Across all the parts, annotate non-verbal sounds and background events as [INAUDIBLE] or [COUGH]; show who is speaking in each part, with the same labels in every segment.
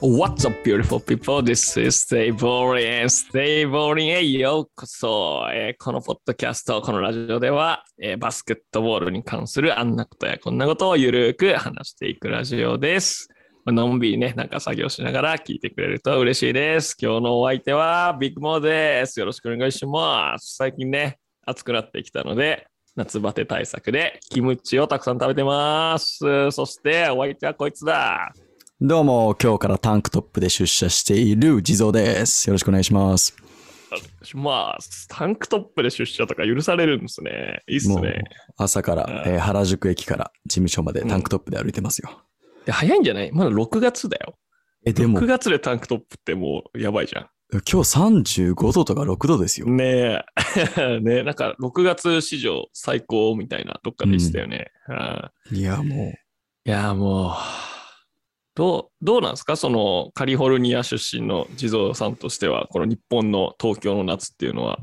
Speaker 1: What's up, beautiful people? This is Stavory and Stavory へようこそ、えーこのポッドキャスト、このラジオでは、えーバスケットボールに関するあんなことやこんなことをゆるく話していくラジオです。まあのんびりね、なんか作業しながら聞いてくれると嬉しいです。今日のお相手はビッグモーです。よろしくお願いします。最近ね、暑くなってきたので、夏バテ対策でキムチをたくさん食べてます。そしてお相手はこいつだ。
Speaker 2: どうも、今日からタンクトップで出社している地蔵です。よろしくお願いします。
Speaker 1: まあ、タンクトップで出社とか許されるんですね。いいっす
Speaker 2: もう
Speaker 1: ね。
Speaker 2: 朝から、
Speaker 1: うん
Speaker 2: えー原宿駅から事務所までタンクトップで歩いてますよ。
Speaker 1: で早いんじゃないまだ6月だよ。
Speaker 2: え、でも
Speaker 1: 9、月でタンクトップってもうやばいじゃ
Speaker 2: 今日35度とか6度ですよ。
Speaker 1: ん。ねえ。 [LAUGHS] ねえなんか6月史上最高みたいなどっかでしたよね。うん
Speaker 2: いや、も
Speaker 1: いや、もう、どう、どうなんですかそのカリフォルニア出身の地蔵さんとしては、この日本の東京の夏っていうのは。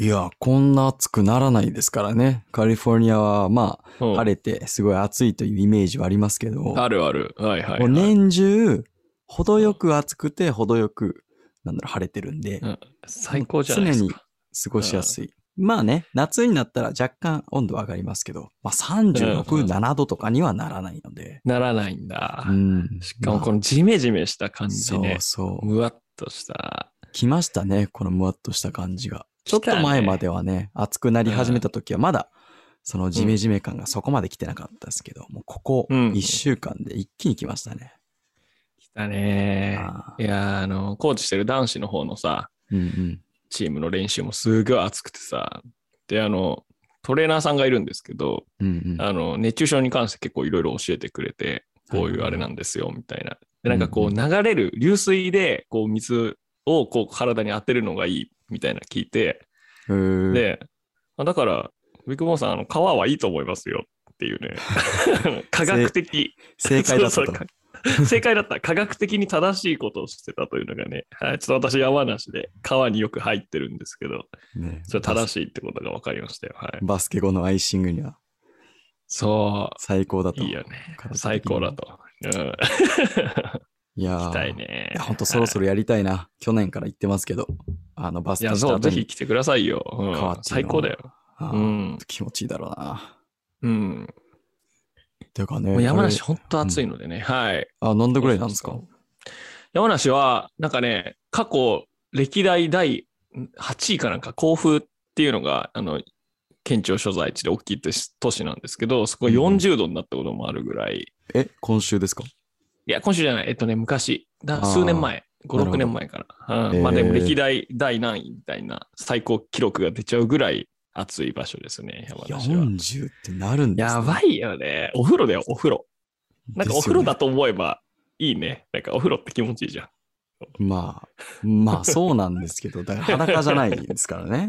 Speaker 2: う、いや、こんな暑くならないですからね。カリフォルニアは、まあ、
Speaker 1: うん
Speaker 2: 晴れて、すごい暑いというイメージはありますけど、も
Speaker 1: あるある。はいはい、は
Speaker 2: う
Speaker 1: い。
Speaker 2: 年中、程よく暑くて、程よく、なんだろう、晴れてるんで、
Speaker 1: うん最高じゃないですか。
Speaker 2: 過ごしやすい。まあね、夏になったら若干温度は上がりますけど、まあ36、
Speaker 1: うんうん
Speaker 2: 7度とかにはならないので。
Speaker 1: ならないんだ。
Speaker 2: うん
Speaker 1: しかもこのジメジメした感じ
Speaker 2: そう
Speaker 1: ね。
Speaker 2: そう。
Speaker 1: むわっとした。
Speaker 2: 来ましたね、このむわっとした感じが。ちょっ
Speaker 1: 来た
Speaker 2: と
Speaker 1: ね
Speaker 2: 前まではね、暑くなり始めた時はまだ、そのジメジメ感がそこまで来てなかったですけど、もうここ
Speaker 1: うん
Speaker 2: 1週間で一気に来ましたね。
Speaker 1: 来たね。
Speaker 2: ああ
Speaker 1: いやー、あの、コーチしてる男子の方のさ、
Speaker 2: うんうん。
Speaker 1: チームの練習もすごい暑くてさ。で、あの、トレーナーさんがいるんですけど、
Speaker 2: うんうん。
Speaker 1: あの、熱中症に関して結構いろいろ教えてくれて、こういうあれなんですよ、みたいな。で、なんかこう
Speaker 2: うん
Speaker 1: 流れる、流水で、こう水をこう体に当てるのがいい、みたいな聞いて、
Speaker 2: へー、
Speaker 1: で、あだから、ビッグモーさん、あの、川はいいと思いますよっていう
Speaker 2: [LAUGHS]
Speaker 1: ね、科学的。
Speaker 2: 正解だった
Speaker 1: そう
Speaker 2: と
Speaker 1: そう。か正解だった。科学的に正しいことをしてたというのがね、はい、ちょっと私、山梨で川によく入ってるんですけど、
Speaker 2: ね
Speaker 1: それ正しいってことが分かりましたよ。はい。
Speaker 2: バスケ後のアイシングには
Speaker 1: そ
Speaker 2: 最高だ
Speaker 1: う、
Speaker 2: と。
Speaker 1: いいよね。
Speaker 2: 体的に
Speaker 1: 最高だと。うん。
Speaker 2: いやー
Speaker 1: 行きたいね
Speaker 2: いや、。ほんとそろそろやりたいな。去年から行ってますけど、あのバス
Speaker 1: い
Speaker 2: ケ
Speaker 1: や、
Speaker 2: した
Speaker 1: そう、
Speaker 2: 後
Speaker 1: ぜ
Speaker 2: に
Speaker 1: ひ来てくださいよ。
Speaker 2: 川
Speaker 1: うん、
Speaker 2: っていう
Speaker 1: 最
Speaker 2: のは
Speaker 1: 高だよ。
Speaker 2: あ
Speaker 1: う
Speaker 2: ー
Speaker 1: ん。
Speaker 2: 気持ちいいだろうな。
Speaker 1: うん。
Speaker 2: ていうか
Speaker 1: もう
Speaker 2: ね、
Speaker 1: 山
Speaker 2: 俺
Speaker 1: 梨、ほんと暑いのでね。はい。
Speaker 2: あ、何度ぐらいなんです
Speaker 1: そう
Speaker 2: か
Speaker 1: そうそう山梨は、なんかね、過去、歴代第8位かなんか、甲府っていうのが、あの、県庁所在地で大きい都市都市なんですけど、そこが40度になったこともあるぐらい、い
Speaker 2: え、今週ですか
Speaker 1: や、今週じゃない、えっとね、昔、だ
Speaker 2: あー
Speaker 1: 数年前、
Speaker 2: な
Speaker 1: 5、
Speaker 2: るほ
Speaker 1: 6
Speaker 2: ど
Speaker 1: 年前から、うん
Speaker 2: へー
Speaker 1: まあでも歴代第何位みたいな最高記録が出ちゃうぐらい暑い場所ですね、山梨は。
Speaker 2: ?40 ってなるんですね
Speaker 1: やばいよね。お風呂だよ、お風呂。なんかお風呂だ
Speaker 2: で
Speaker 1: と思えばいいね。なんかお風呂って気持ちいいじゃん。
Speaker 2: すよねまあ、まあそうなんですけど、だから裸じゃないですから
Speaker 1: [LAUGHS]
Speaker 2: ね。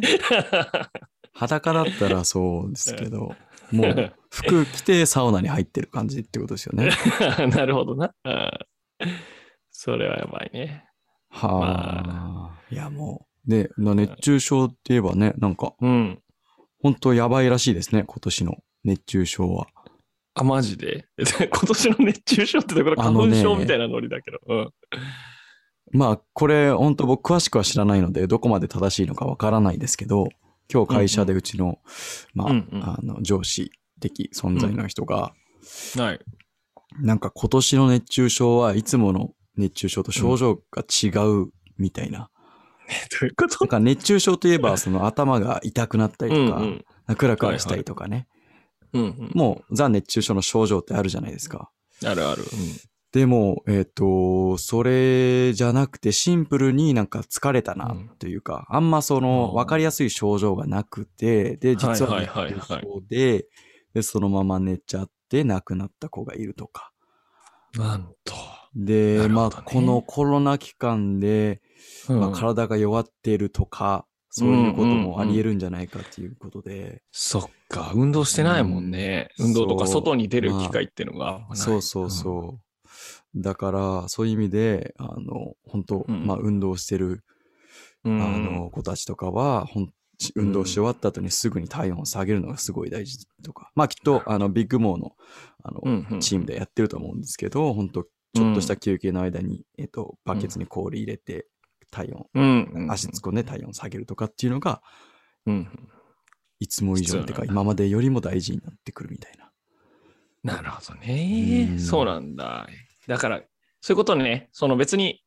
Speaker 2: 裸だったらそうですけど、もう服着てサウナに入ってる感じってことです
Speaker 1: [LAUGHS]
Speaker 2: よね。
Speaker 1: なるほどな。うんそれはやばいね。
Speaker 2: はあ。いやもう。で、な熱中症って言えばね、なんか、
Speaker 1: うん。
Speaker 2: 本当やばいらしいですね、今年の熱中症は。
Speaker 1: あ、マジで [LAUGHS] 今年の熱中症ってところ、
Speaker 2: あ
Speaker 1: 花
Speaker 2: の
Speaker 1: 粉
Speaker 2: ね
Speaker 1: 症みたいなノリだけど。うん
Speaker 2: まあ、これ、本当僕詳しくは知らないので、どこまで正しいのかわからないですけど、今日会社でうちの、まあ、
Speaker 1: うんうん
Speaker 2: あの、上司的存在の人が、
Speaker 1: はい。 [LAUGHS]
Speaker 2: なんか今年の熱中症はいつもの熱中症と症状が違うみたいな。
Speaker 1: どういうこ
Speaker 2: な
Speaker 1: と
Speaker 2: んか熱中症といえば、その頭が痛くなったり
Speaker 1: うんう
Speaker 2: とか、
Speaker 1: ん。
Speaker 2: クラクラしたりとかね、
Speaker 1: うんうん
Speaker 2: もうザ熱中症の症状ってあるじゃないですか。
Speaker 1: あるある。
Speaker 2: でも、えっ、と、それじゃなくてシンプルになんか疲れたなというか、あんまそ
Speaker 1: あー
Speaker 2: の分かりやすい症状がなくて、で、実は
Speaker 1: はい
Speaker 2: 熱
Speaker 1: はいはいはい
Speaker 2: 中症で、で、そのまま寝ちゃって亡くなった子がいるとか。
Speaker 1: うん。なんと。
Speaker 2: で、
Speaker 1: なるほどね
Speaker 2: まあ、このコロナ期間で、
Speaker 1: うん
Speaker 2: まあ、体が弱っているとか、そういうこともあり得るんじゃないかということで、
Speaker 1: そっか、運動してないもんね。
Speaker 2: うん
Speaker 1: 運動とか
Speaker 2: そう
Speaker 1: 外に出る機会っていうのが、
Speaker 2: そうそうそう。だから、そういう意味で、あの、本当、
Speaker 1: うん
Speaker 2: まあ、運動してる
Speaker 1: うん。うん
Speaker 2: あの子たちとかは、ほんし運動し終わった後にすぐに体温を下げるのがすごい大事とか、まあきっとあのビッグモーのあの、
Speaker 1: うんうん
Speaker 2: チームでやってると思うんですけど、本当ちょっとした休憩の間に、えっと、バケツに氷入れて、体温、
Speaker 1: うん。
Speaker 2: 足突っ込んで体温下げるとかっていうのが、
Speaker 1: うん。
Speaker 2: いつも以上って
Speaker 1: 必要
Speaker 2: か、
Speaker 1: なんだ
Speaker 2: 今までよりも大事になってくるみたいな。
Speaker 1: なるほどね、
Speaker 2: うん
Speaker 1: そうなんだ。だから、そういうことね。その別に、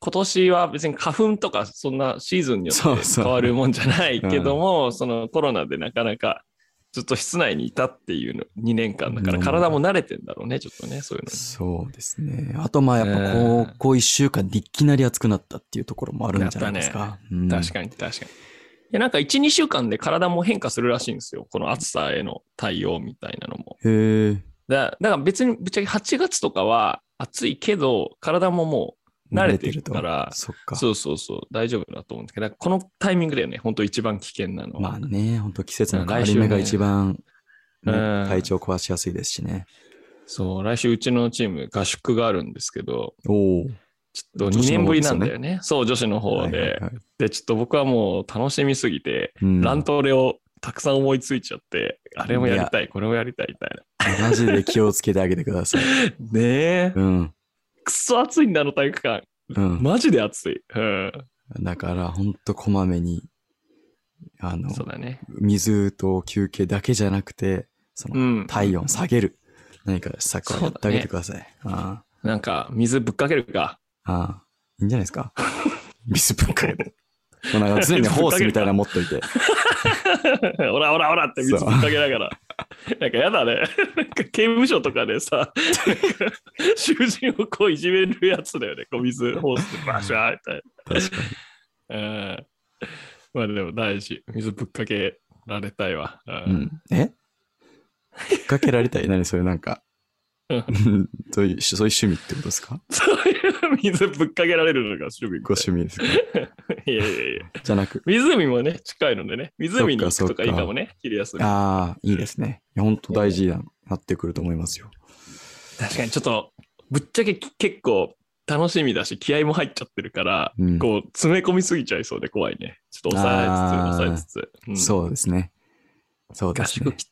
Speaker 1: 今年は別に花粉とかそんなシーズンによって
Speaker 2: そうそう
Speaker 1: 変わるもんじゃないけども、そのコロナでなかなかずっと室内にいたっていうの2年間だか
Speaker 2: う
Speaker 1: ら
Speaker 2: ん
Speaker 1: 体も慣れてんだろうね、ちょっとね、そういうのに。
Speaker 2: そうですね。あと、まあ、や
Speaker 1: う
Speaker 2: っぱ、こ
Speaker 1: ん
Speaker 2: う、こう一週間でいきなり暑くなったっていうところもあるんじゃないです
Speaker 1: な
Speaker 2: か。
Speaker 1: 確
Speaker 2: か
Speaker 1: かに確かに。いやなんか1、2週間で体も変化するらしいんですよ。この暑さへの対応みたいなのも。
Speaker 2: に。へえ。
Speaker 1: だだから別にぶっちゃけ8月とかは暑いけど、体ももう慣れてるから、
Speaker 2: そっか。
Speaker 1: そうそうそう、大丈夫だと思うんですけど、だからこのタイミングだよね、本当一番危険なのは。
Speaker 2: まあね、本当季節の変わ
Speaker 1: 来
Speaker 2: り
Speaker 1: 週
Speaker 2: 目が
Speaker 1: ね
Speaker 2: 一番、ね
Speaker 1: うん
Speaker 2: 体調壊しやすいですしね。
Speaker 1: そう、来週うちのチーム合宿があるんですけど、
Speaker 2: おお。
Speaker 1: ちょっと
Speaker 2: 女
Speaker 1: 2
Speaker 2: 子
Speaker 1: 年
Speaker 2: の方
Speaker 1: ぶ
Speaker 2: で
Speaker 1: りな
Speaker 2: すよね
Speaker 1: んだよね。そう、女子の方で、
Speaker 2: はいはいはい
Speaker 1: で、ちょっと僕はもう楽しみすぎて、
Speaker 2: うん
Speaker 1: 乱闘レをたくさん思いついちゃって、あれもやりたい、これもやりたいみたいな。
Speaker 2: マジで気をつけてあげてく
Speaker 1: [LAUGHS]
Speaker 2: ださい。
Speaker 1: ねえ、
Speaker 2: うん。
Speaker 1: くっそ暑いんだ、あの体育館。
Speaker 2: うん。
Speaker 1: マジで暑い。うん。
Speaker 2: だから、ほんとこまめに、あの、
Speaker 1: そうだね。
Speaker 2: 水と休憩だけじゃなくて、そうの、
Speaker 1: ん。
Speaker 2: 体温下げる、何か施策をやってあげてください。あ
Speaker 1: なんか、水ぶっかけるか。
Speaker 2: あ、ああ、いいんじゃないで
Speaker 1: [LAUGHS]
Speaker 2: すか。水ぶっかけて。もうなんか常にホースみたいなの持っといて。
Speaker 1: [LAUGHS] オラオラオラって水ぶっかけなが
Speaker 2: [LAUGHS]
Speaker 1: ら。なんかやだね。 [LAUGHS] なんか刑務所とかで
Speaker 2: [LAUGHS]
Speaker 1: さ、なんか囚人をこういじめるやつだよね。こう水ホースでバシャーみたい
Speaker 2: 確かに。
Speaker 1: な。うん。まあでも大事。水ぶっかけられたいわ。う
Speaker 2: う。ん、えぶっかけられたい何それなん
Speaker 1: [LAUGHS]
Speaker 2: か
Speaker 1: う
Speaker 2: そういうそういう趣味ってことですか
Speaker 1: そういう [LAUGHS] 水ぶっかけられるのが趣味み
Speaker 2: ご
Speaker 1: たい
Speaker 2: 趣味ですか
Speaker 1: いやいやいや。
Speaker 2: じゃなく
Speaker 1: 湖もね、近いのでね。湖に行く
Speaker 2: そっ
Speaker 1: と
Speaker 2: か
Speaker 1: か
Speaker 2: そ
Speaker 1: い
Speaker 2: っか
Speaker 1: いかもね。昼休み。
Speaker 2: ああいいですねいやほんと大事になってくると思いますよ
Speaker 1: 確かにちょっと、ぶっちゃけ結構楽しみだし、気合も入っちゃってるから、
Speaker 2: うん
Speaker 1: こう、詰め込みすぎちゃいそうで怖いね。ちょっと抑えつ
Speaker 2: あー
Speaker 1: つ、抑えつつ。うん
Speaker 2: そうですねそうで
Speaker 1: 合
Speaker 2: す
Speaker 1: 宿
Speaker 2: ね
Speaker 1: き、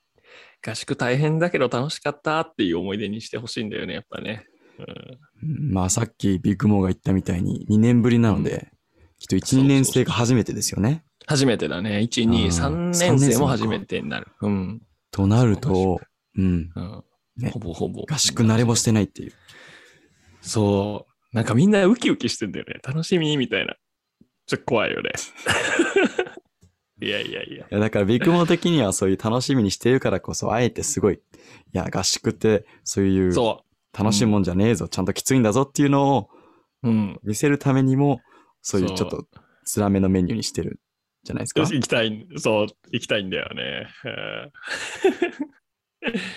Speaker 1: 合宿大変だけど楽しかったっていう思い出にしてほしいんだよね、やっぱね。うん
Speaker 2: うんまあさっきビッグモーが言ったみたいに2年ぶりなのできっ
Speaker 1: そ
Speaker 2: と
Speaker 1: うそう
Speaker 2: 1、2年生が初めてですよね
Speaker 1: 初めてだね。1、2、
Speaker 2: あー
Speaker 1: 3
Speaker 2: 三
Speaker 1: 年
Speaker 2: 年
Speaker 1: 生
Speaker 2: 生
Speaker 1: も
Speaker 2: か
Speaker 1: 初めてになる。うん。
Speaker 2: となる
Speaker 1: そ
Speaker 2: とうん
Speaker 1: うん
Speaker 2: ね
Speaker 1: ほぼほぼ。
Speaker 2: 合宿慣れもしてないっていう
Speaker 1: そう。なんかみんなウキウキしてんだよね。楽しみみたいな。ちょっと怖い
Speaker 2: [LAUGHS]
Speaker 1: よね。いやいやいや。
Speaker 2: いやだからビッグモー的にはそういう楽しみにしてるからこそあえてすごいいや合宿ってそういう
Speaker 1: そ
Speaker 2: 楽しいもんじゃねえぞ、ちゃんときついんだぞっていうのを
Speaker 1: う。うん。
Speaker 2: 見せるためにも、そういう
Speaker 1: そう
Speaker 2: ちょっと辛めのメニューにしてるじゃないで
Speaker 1: [LAUGHS]
Speaker 2: すか。
Speaker 1: 行きたい、そう、行きたいんだよね。うん [LAUGHS]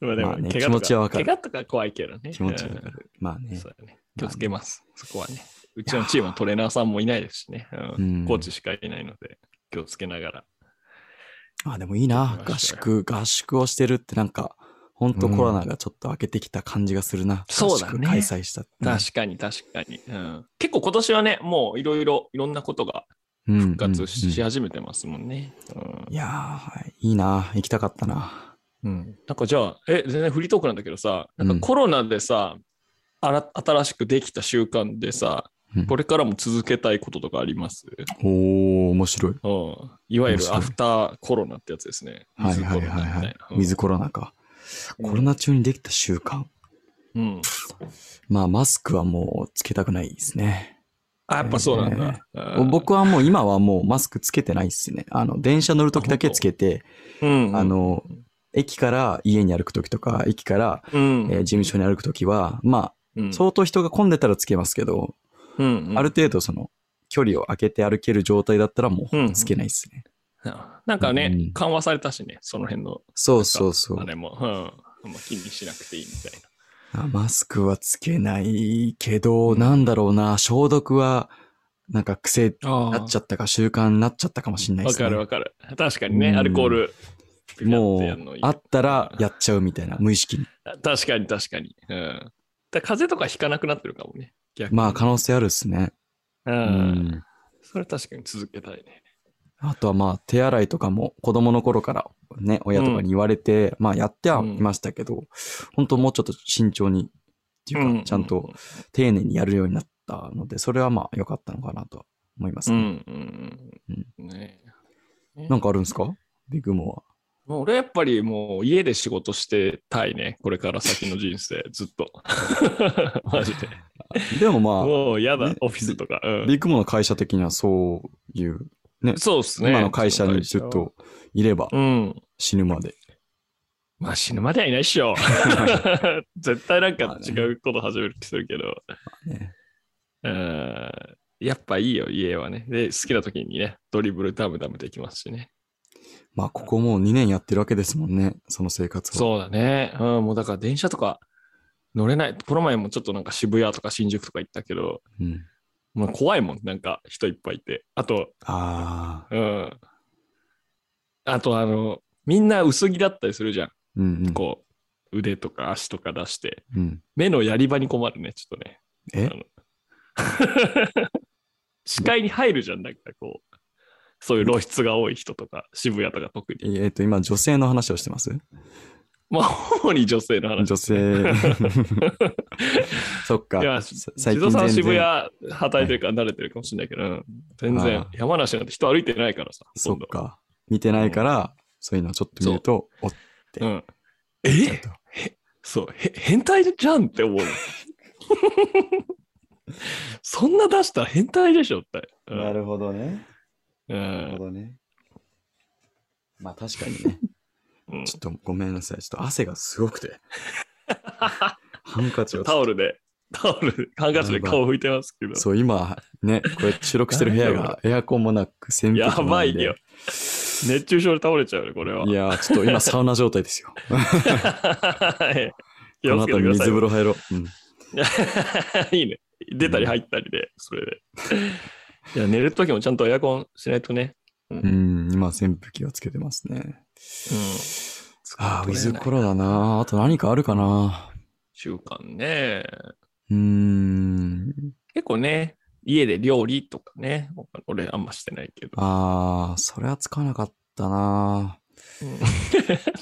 Speaker 1: まあで
Speaker 2: まあ
Speaker 1: も、
Speaker 2: ね
Speaker 1: 怪我と
Speaker 2: 気持ちはわかる
Speaker 1: 怪我とか怖いけどね。
Speaker 2: 気持ちわかる。まあ
Speaker 1: うん
Speaker 2: ね。
Speaker 1: そうだね。気をつけます。そこはね。うちのチームはトレーナーさんもいないですしね。うん
Speaker 2: うん
Speaker 1: コーチしかいないので、気をつけながら。
Speaker 2: あ、でもいいな。合宿、合宿をしてるってなんか、ほんとコロナがちょっと明けてきた感じがするな。
Speaker 1: そうだね
Speaker 2: 合宿開催した。
Speaker 1: 確かに確かに。うん結構今年はね、もういろいろいろんなことが
Speaker 2: に
Speaker 1: 復活し
Speaker 2: い
Speaker 1: 始めてますもんね。うん
Speaker 2: やー、はいいいな。行きたかったな。
Speaker 1: うんなんかじゃあ、え、全然フリートークなんだけどさ、なん
Speaker 2: うん
Speaker 1: かコロナでさ、あら新しくできた習慣でさ
Speaker 2: うん、
Speaker 1: これからも続けたいこととかあります、
Speaker 2: おー、面白い。
Speaker 1: うん、いわゆ
Speaker 2: 面白
Speaker 1: る
Speaker 2: い
Speaker 1: アフターコロナってやつですね。
Speaker 2: はい
Speaker 1: 水コ
Speaker 2: はい
Speaker 1: ロナ
Speaker 2: は
Speaker 1: み
Speaker 2: い
Speaker 1: た
Speaker 2: はいい
Speaker 1: な。。
Speaker 2: 水コロナか。
Speaker 1: うん
Speaker 2: コロナ中にできた習慣。
Speaker 1: うん。
Speaker 2: まあ、マスクはもうつけたくないですね。
Speaker 1: あ、やっぱそうなんだ。うん、
Speaker 2: 僕はもう今はもうマスクつけてないっすね。あの、電車乗るときだけつけて、
Speaker 1: うん、
Speaker 2: あの、駅から家に歩くときとか、駅から、
Speaker 1: うん、
Speaker 2: えー事務所に歩くときは、ま
Speaker 1: う
Speaker 2: あ、
Speaker 1: ん、
Speaker 2: 相当人が混んでたらつけますけど、
Speaker 1: うん、うん
Speaker 2: ある程度その、距離を空けて歩ける状態だったらも
Speaker 1: う
Speaker 2: うんつけないっすね。
Speaker 1: なんかね、
Speaker 2: うん
Speaker 1: 緩和されたしね、その辺の。
Speaker 2: そうそうそう
Speaker 1: あ。れも、うん。あんま気にしなくていいみたいな。
Speaker 2: あマスクはつけないけど、なんだろうな、消毒は、なんか癖に
Speaker 1: あ
Speaker 2: なっちゃったか習慣になっちゃったかもしれないで
Speaker 1: わ
Speaker 2: すね。
Speaker 1: かるわかる。確かにね、
Speaker 2: うん
Speaker 1: アルコール。ピラ
Speaker 2: も
Speaker 1: ッてやるの
Speaker 2: う
Speaker 1: い、い
Speaker 2: あったらやっちゃうみたいな、無意識に。
Speaker 1: 確かに確かに。うん。だから風邪とかひかなくなってるかもね。逆に
Speaker 2: まあ可能性あるっすね。
Speaker 1: う。
Speaker 2: うんん。
Speaker 1: それ確かに続けたいね。
Speaker 2: あとはまあ手洗いとかも子供の頃からね、親とかに言われて、まあやってはいましたけど、本当もうちょっと慎重にっていうか、ちゃんと丁寧にやるようになったので、それはまあ良かったのかなとは思います
Speaker 1: うん
Speaker 2: ね、
Speaker 1: うんうんねね
Speaker 2: なんかあるんですかビッグモ
Speaker 1: もう俺やっぱりもう家で仕事してたいね。これから先の人
Speaker 2: [LAUGHS]
Speaker 1: 生、ずっと。マジで。
Speaker 2: ア。でも
Speaker 1: [LAUGHS]
Speaker 2: ま
Speaker 1: もう嫌だ
Speaker 2: ね、
Speaker 1: オフィスとか。う
Speaker 2: あ、
Speaker 1: ん
Speaker 2: ビッグモの会社的にはそういう、
Speaker 1: そうですね。
Speaker 2: 今の会社にずっといれば
Speaker 1: うん。
Speaker 2: 死ぬ
Speaker 1: [LAUGHS]
Speaker 2: まで。
Speaker 1: まあ死ぬまではいないっし
Speaker 2: [LAUGHS]
Speaker 1: ょ。絶対なんか違うこと始める気するけど。
Speaker 2: ね
Speaker 1: うんやっぱいいよ、家はね。で、好きな時にね、ドリブルダムダムできますしね。
Speaker 2: まあ、ここもう2年やってるわけですもんね、その生活を。
Speaker 1: そうだね。うん、もうだから電車とか乗れない。この前もちょっとなんか渋谷とか新宿とか行ったけど、
Speaker 2: うん、
Speaker 1: もう怖いもん、なんか人いっぱいいて。あと、
Speaker 2: ああ、
Speaker 1: うん。あと、あの、みんな薄着だったりするじゃん。
Speaker 2: うん、うん。
Speaker 1: こう、腕とか足とか出して。
Speaker 2: うん、
Speaker 1: 目のやり場に困るね、ちょっとね。
Speaker 2: え
Speaker 1: あの [LAUGHS] 視界に入るじゃん、なんかこう。そういう露出が多い人とか、渋谷とか特
Speaker 2: え
Speaker 1: に。
Speaker 2: ーっと、今、女性の話をしてます
Speaker 1: まあ、主に女性の話。
Speaker 2: 女性。 [LAUGHS] そっ
Speaker 1: いや、
Speaker 2: か。
Speaker 1: し
Speaker 2: さ
Speaker 1: 地蔵さん渋谷働い
Speaker 2: い
Speaker 1: てるから慣れてるかもしれないけど、うん全然
Speaker 2: あー
Speaker 1: 山梨なんて人歩いてないからさ。
Speaker 2: そっ
Speaker 1: ほとん
Speaker 2: か。見てないから、そういうのをちょっと見ると、おっ
Speaker 1: ど。うん、
Speaker 2: ちょっ
Speaker 1: え
Speaker 2: と。
Speaker 1: そう、へ変態じゃんって
Speaker 2: [LAUGHS]
Speaker 1: 思うの。そんな出したら変態でしょって。うん
Speaker 2: るほどね。
Speaker 1: う
Speaker 2: なる
Speaker 1: ん
Speaker 2: ほどね。まあ確かにね。
Speaker 1: うん
Speaker 2: [LAUGHS] ちょっとごめんなさい。ちょっと汗がすごく
Speaker 1: [LAUGHS]
Speaker 2: て。ハンカチを。
Speaker 1: タオルで、タオルで、ハンカチで顔拭いてますけど。
Speaker 2: そう、今、ね、これ収録してる部屋がエアコンもなく扇風機も
Speaker 1: や
Speaker 2: ないんで
Speaker 1: ばいよ。熱中症で倒れちゃうよ、これは。 [LAUGHS]
Speaker 2: いやー、ちょっと今サウナ状態ですよ。こ
Speaker 1: 気を
Speaker 2: の
Speaker 1: つけ
Speaker 2: 後
Speaker 1: てくださ
Speaker 2: 水
Speaker 1: い
Speaker 2: 風呂入ろう。うん。
Speaker 1: [LAUGHS] いいね。出たり入ったりで、それで。いや、寝るときもちゃんとエアコンしないとね。
Speaker 2: うん、今扇風機をつけてますね。ああ、ウィズコロナな。あと何かあるかな。
Speaker 1: 習慣ね。
Speaker 2: うーん。
Speaker 1: 結構ね、家で料理とかね。俺あんましてないけど。
Speaker 2: ああ、それはつかなかったな。
Speaker 1: うん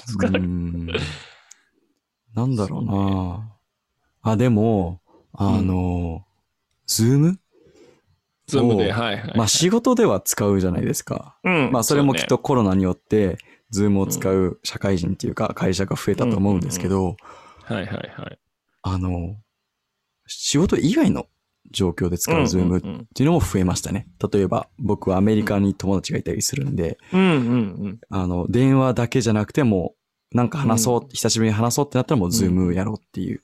Speaker 1: つかな
Speaker 2: うー
Speaker 1: く
Speaker 2: んなんだろうな。
Speaker 1: そう
Speaker 2: あ、でも、あの、ズーム
Speaker 1: ズームで、
Speaker 2: お
Speaker 1: はいはい。
Speaker 2: まあ仕事では使うじゃないですか。
Speaker 1: うん
Speaker 2: まあそれも
Speaker 1: うね
Speaker 2: きっとコロナによって、ズームを使う社会人っていうか会社が増えたと思うんですけど、
Speaker 1: はいはいはい。
Speaker 2: あの、仕事以外の状況で使うズームっ
Speaker 1: うん
Speaker 2: ていうのも増えましたね。例えば僕はアメリカに友達がいたりするんで、
Speaker 1: うんうん。
Speaker 2: あの、電話だけじゃなくても、なんか話そう、久しぶりに話そうってなったらもうズームやろうっていう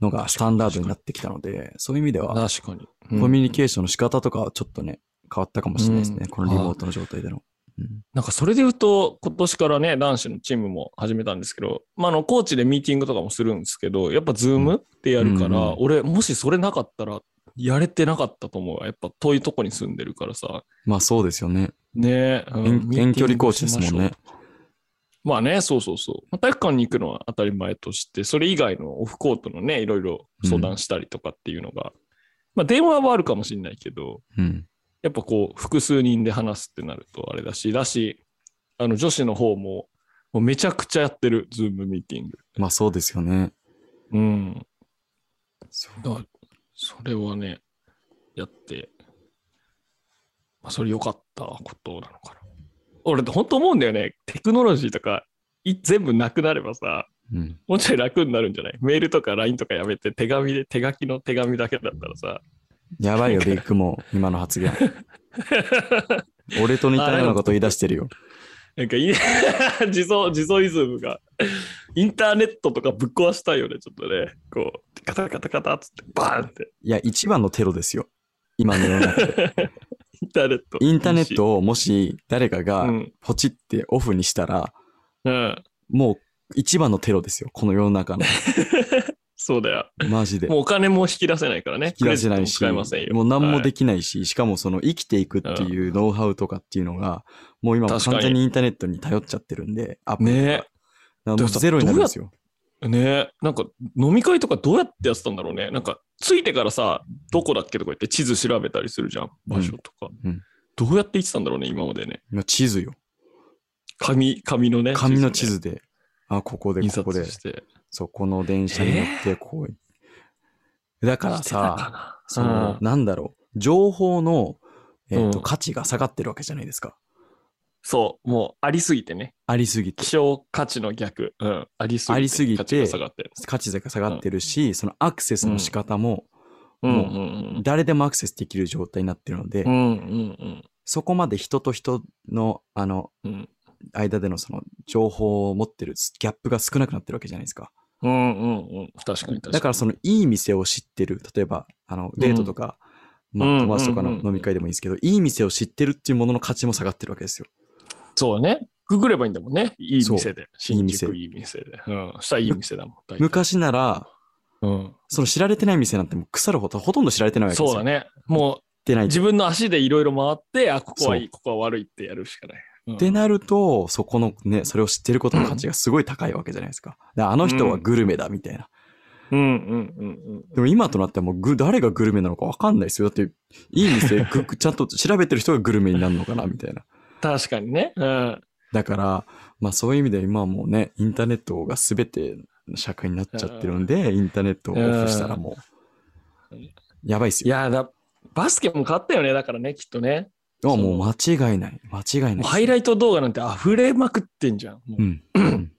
Speaker 2: のがスタンダードになってきたので、そういう意味では、
Speaker 1: 確かに。
Speaker 2: コミュニケーションの仕方とかはちょっとね、変わったかもしれないですね。
Speaker 1: うん
Speaker 2: このリモートの状態での。うん
Speaker 1: なんかそれで言うと、今年からね、男子のチームも始めたんですけど、まあ、あの、コーチでミーティングとかもするんですけど、やっぱズームでやるから、
Speaker 2: うんうん
Speaker 1: 俺、もしそれなかったら、やれてなかったと思うわ。やっぱ遠いとこに住んでるからさ。
Speaker 2: まあそうですよね。
Speaker 1: ねえ、うんミーティン
Speaker 2: 遠
Speaker 1: グ
Speaker 2: 遠距離コーチですもんね
Speaker 1: しましょう。まあね、そうそうそう。まあ、体育館に行くのは当たり前として、それ以外のオフコートのね、いろいろ相談したりとかっていうのが、まあ電話はあるかもしれないけど、
Speaker 2: うん。
Speaker 1: やっぱこう複数人で話すってなるとあれだしだしあの女子の方ももうめちゃくちゃやってるズームミーティング
Speaker 2: まあそうですよね。
Speaker 1: うん
Speaker 2: そう
Speaker 1: だからそれはねやって、まあ、それ良かったことなのかな俺本当思うんだよねテクノロジーとかい全部なくなればさ
Speaker 2: うん。
Speaker 1: もうちょい楽になるんじゃないメールとか LINE とかやめて手紙で手書きの手紙だけだったらさ
Speaker 2: やばいよ、ビッグも、今の発言。俺と似たようなこと言い出してるよ。
Speaker 1: なんかい [LAUGHS] い地蔵、地蔵イズムが、インターネットとかぶっ壊したいよね、ちょっとね。こう、カタカタカタっつって、バーンって、
Speaker 2: いや、一番のテロですよ。今の世の
Speaker 1: [LAUGHS]
Speaker 2: 中。
Speaker 1: インターネット。
Speaker 2: インターネットをもし誰か
Speaker 1: う
Speaker 2: が
Speaker 1: ん。
Speaker 2: ポチってオフにしたら、
Speaker 1: うん。
Speaker 2: もう一番のテロですよ、この世の
Speaker 1: [LAUGHS]
Speaker 2: 中の。
Speaker 1: そうだよ。
Speaker 2: マジで。
Speaker 1: もうお金も引き出せないからね。
Speaker 2: 引き出せないし、
Speaker 1: クレジットも使えませんよ。
Speaker 2: もう何もで
Speaker 1: き
Speaker 2: きないし、しかもその生きていくっていうノウハウとかっていうのが、もう今も
Speaker 1: 確かに
Speaker 2: 完全にインターネットに頼っちゃってるんで、アプリとか
Speaker 1: ね
Speaker 2: な
Speaker 1: で
Speaker 2: も
Speaker 1: も
Speaker 2: う
Speaker 1: さ
Speaker 2: ゼロになるんですよ。
Speaker 1: ねなんか飲み会とかどうやってやってたんだろうね。なんか、着いてからさ、どこだっけとか言って地図調べたりするじゃん。場所とか。
Speaker 2: うんうん
Speaker 1: どうやって行ってたんだろうね、今までね。
Speaker 2: 今地図よ。
Speaker 1: 紙、紙のね。
Speaker 2: 紙の地
Speaker 1: ね
Speaker 2: 図で、あ、ここで、
Speaker 1: 印
Speaker 2: ここで
Speaker 1: 刷、して。
Speaker 2: そう、この電車に乗って、こう、だから
Speaker 1: [LAUGHS] してた
Speaker 2: さ、
Speaker 1: か
Speaker 2: その、
Speaker 1: うん
Speaker 2: なんだろう、情報の、えーと
Speaker 1: うん
Speaker 2: 価値が下がってるわけじゃないですか。
Speaker 1: そう、もうありすぎてね。
Speaker 2: ありすぎて
Speaker 1: 希。少価値の逆。うん。ありすぎて。
Speaker 2: ありすぎて
Speaker 1: 価値が下がってる。
Speaker 2: 価値が下がってるし、そのアクセスの仕方
Speaker 1: うん
Speaker 2: も、
Speaker 1: うん
Speaker 2: 誰でもアクセスできる状態になってるので、
Speaker 1: うん。うんうん
Speaker 2: そこまで人と人の、あの、
Speaker 1: うん。
Speaker 2: 間でのその情報を持ってるギャップが少なくなってるわけじゃないですか。
Speaker 1: うんうんうん。確かに確かに。
Speaker 2: だからそのいい店を知ってる、例えばあのデートとか、ま
Speaker 1: う
Speaker 2: あ、
Speaker 1: ん
Speaker 2: 友達とかの
Speaker 1: うんうん
Speaker 2: 飲み会でもいいですけど、いい店を知ってるっていうものの価値も下がってるわけですよ。
Speaker 1: そうね。ググればいいんだもんね。いい店で。
Speaker 2: ういい
Speaker 1: 新
Speaker 2: 店
Speaker 1: 宿いい店で。うん。したらいい店だもん。大体
Speaker 2: 昔なら、
Speaker 1: うん。
Speaker 2: その知られてない店なんてもう腐るほどほとんど知られてないわけですよ。
Speaker 1: そうだ
Speaker 2: ね。
Speaker 1: ね。も
Speaker 2: てな
Speaker 1: う
Speaker 2: い。っ
Speaker 1: 自分の足でいろいろ回って、あ、ここは
Speaker 2: そ
Speaker 1: いい、ここは悪いってやるしかない。うん
Speaker 2: てなると、そこのね、それを知ってることの価値がすごい高いわけじゃないですか。だからあの人はグルメだみたいな。
Speaker 1: うんうんうんうん。
Speaker 2: でも今となってはもうグ誰がグルメなのかわかんないですよ。だって、い
Speaker 1: [LAUGHS]
Speaker 2: い店、ぐぐちゃんと調べてる人がグルメになるのかなみたいな。
Speaker 1: 確かにね。うん。
Speaker 2: だから、まあそういう意味では今はもうね、インターネットが全ての社会になっちゃってるんで、インターネットをオフしたらもう
Speaker 1: うん、
Speaker 2: やばいっす
Speaker 1: い
Speaker 2: よ。
Speaker 1: やだ、バスケも変わったよね、だからね、きっとね。
Speaker 2: あもう間違いない。間違いないっす。
Speaker 1: もうハイライト動画なんて溢れまくってんじゃん。もう
Speaker 2: うん。うん。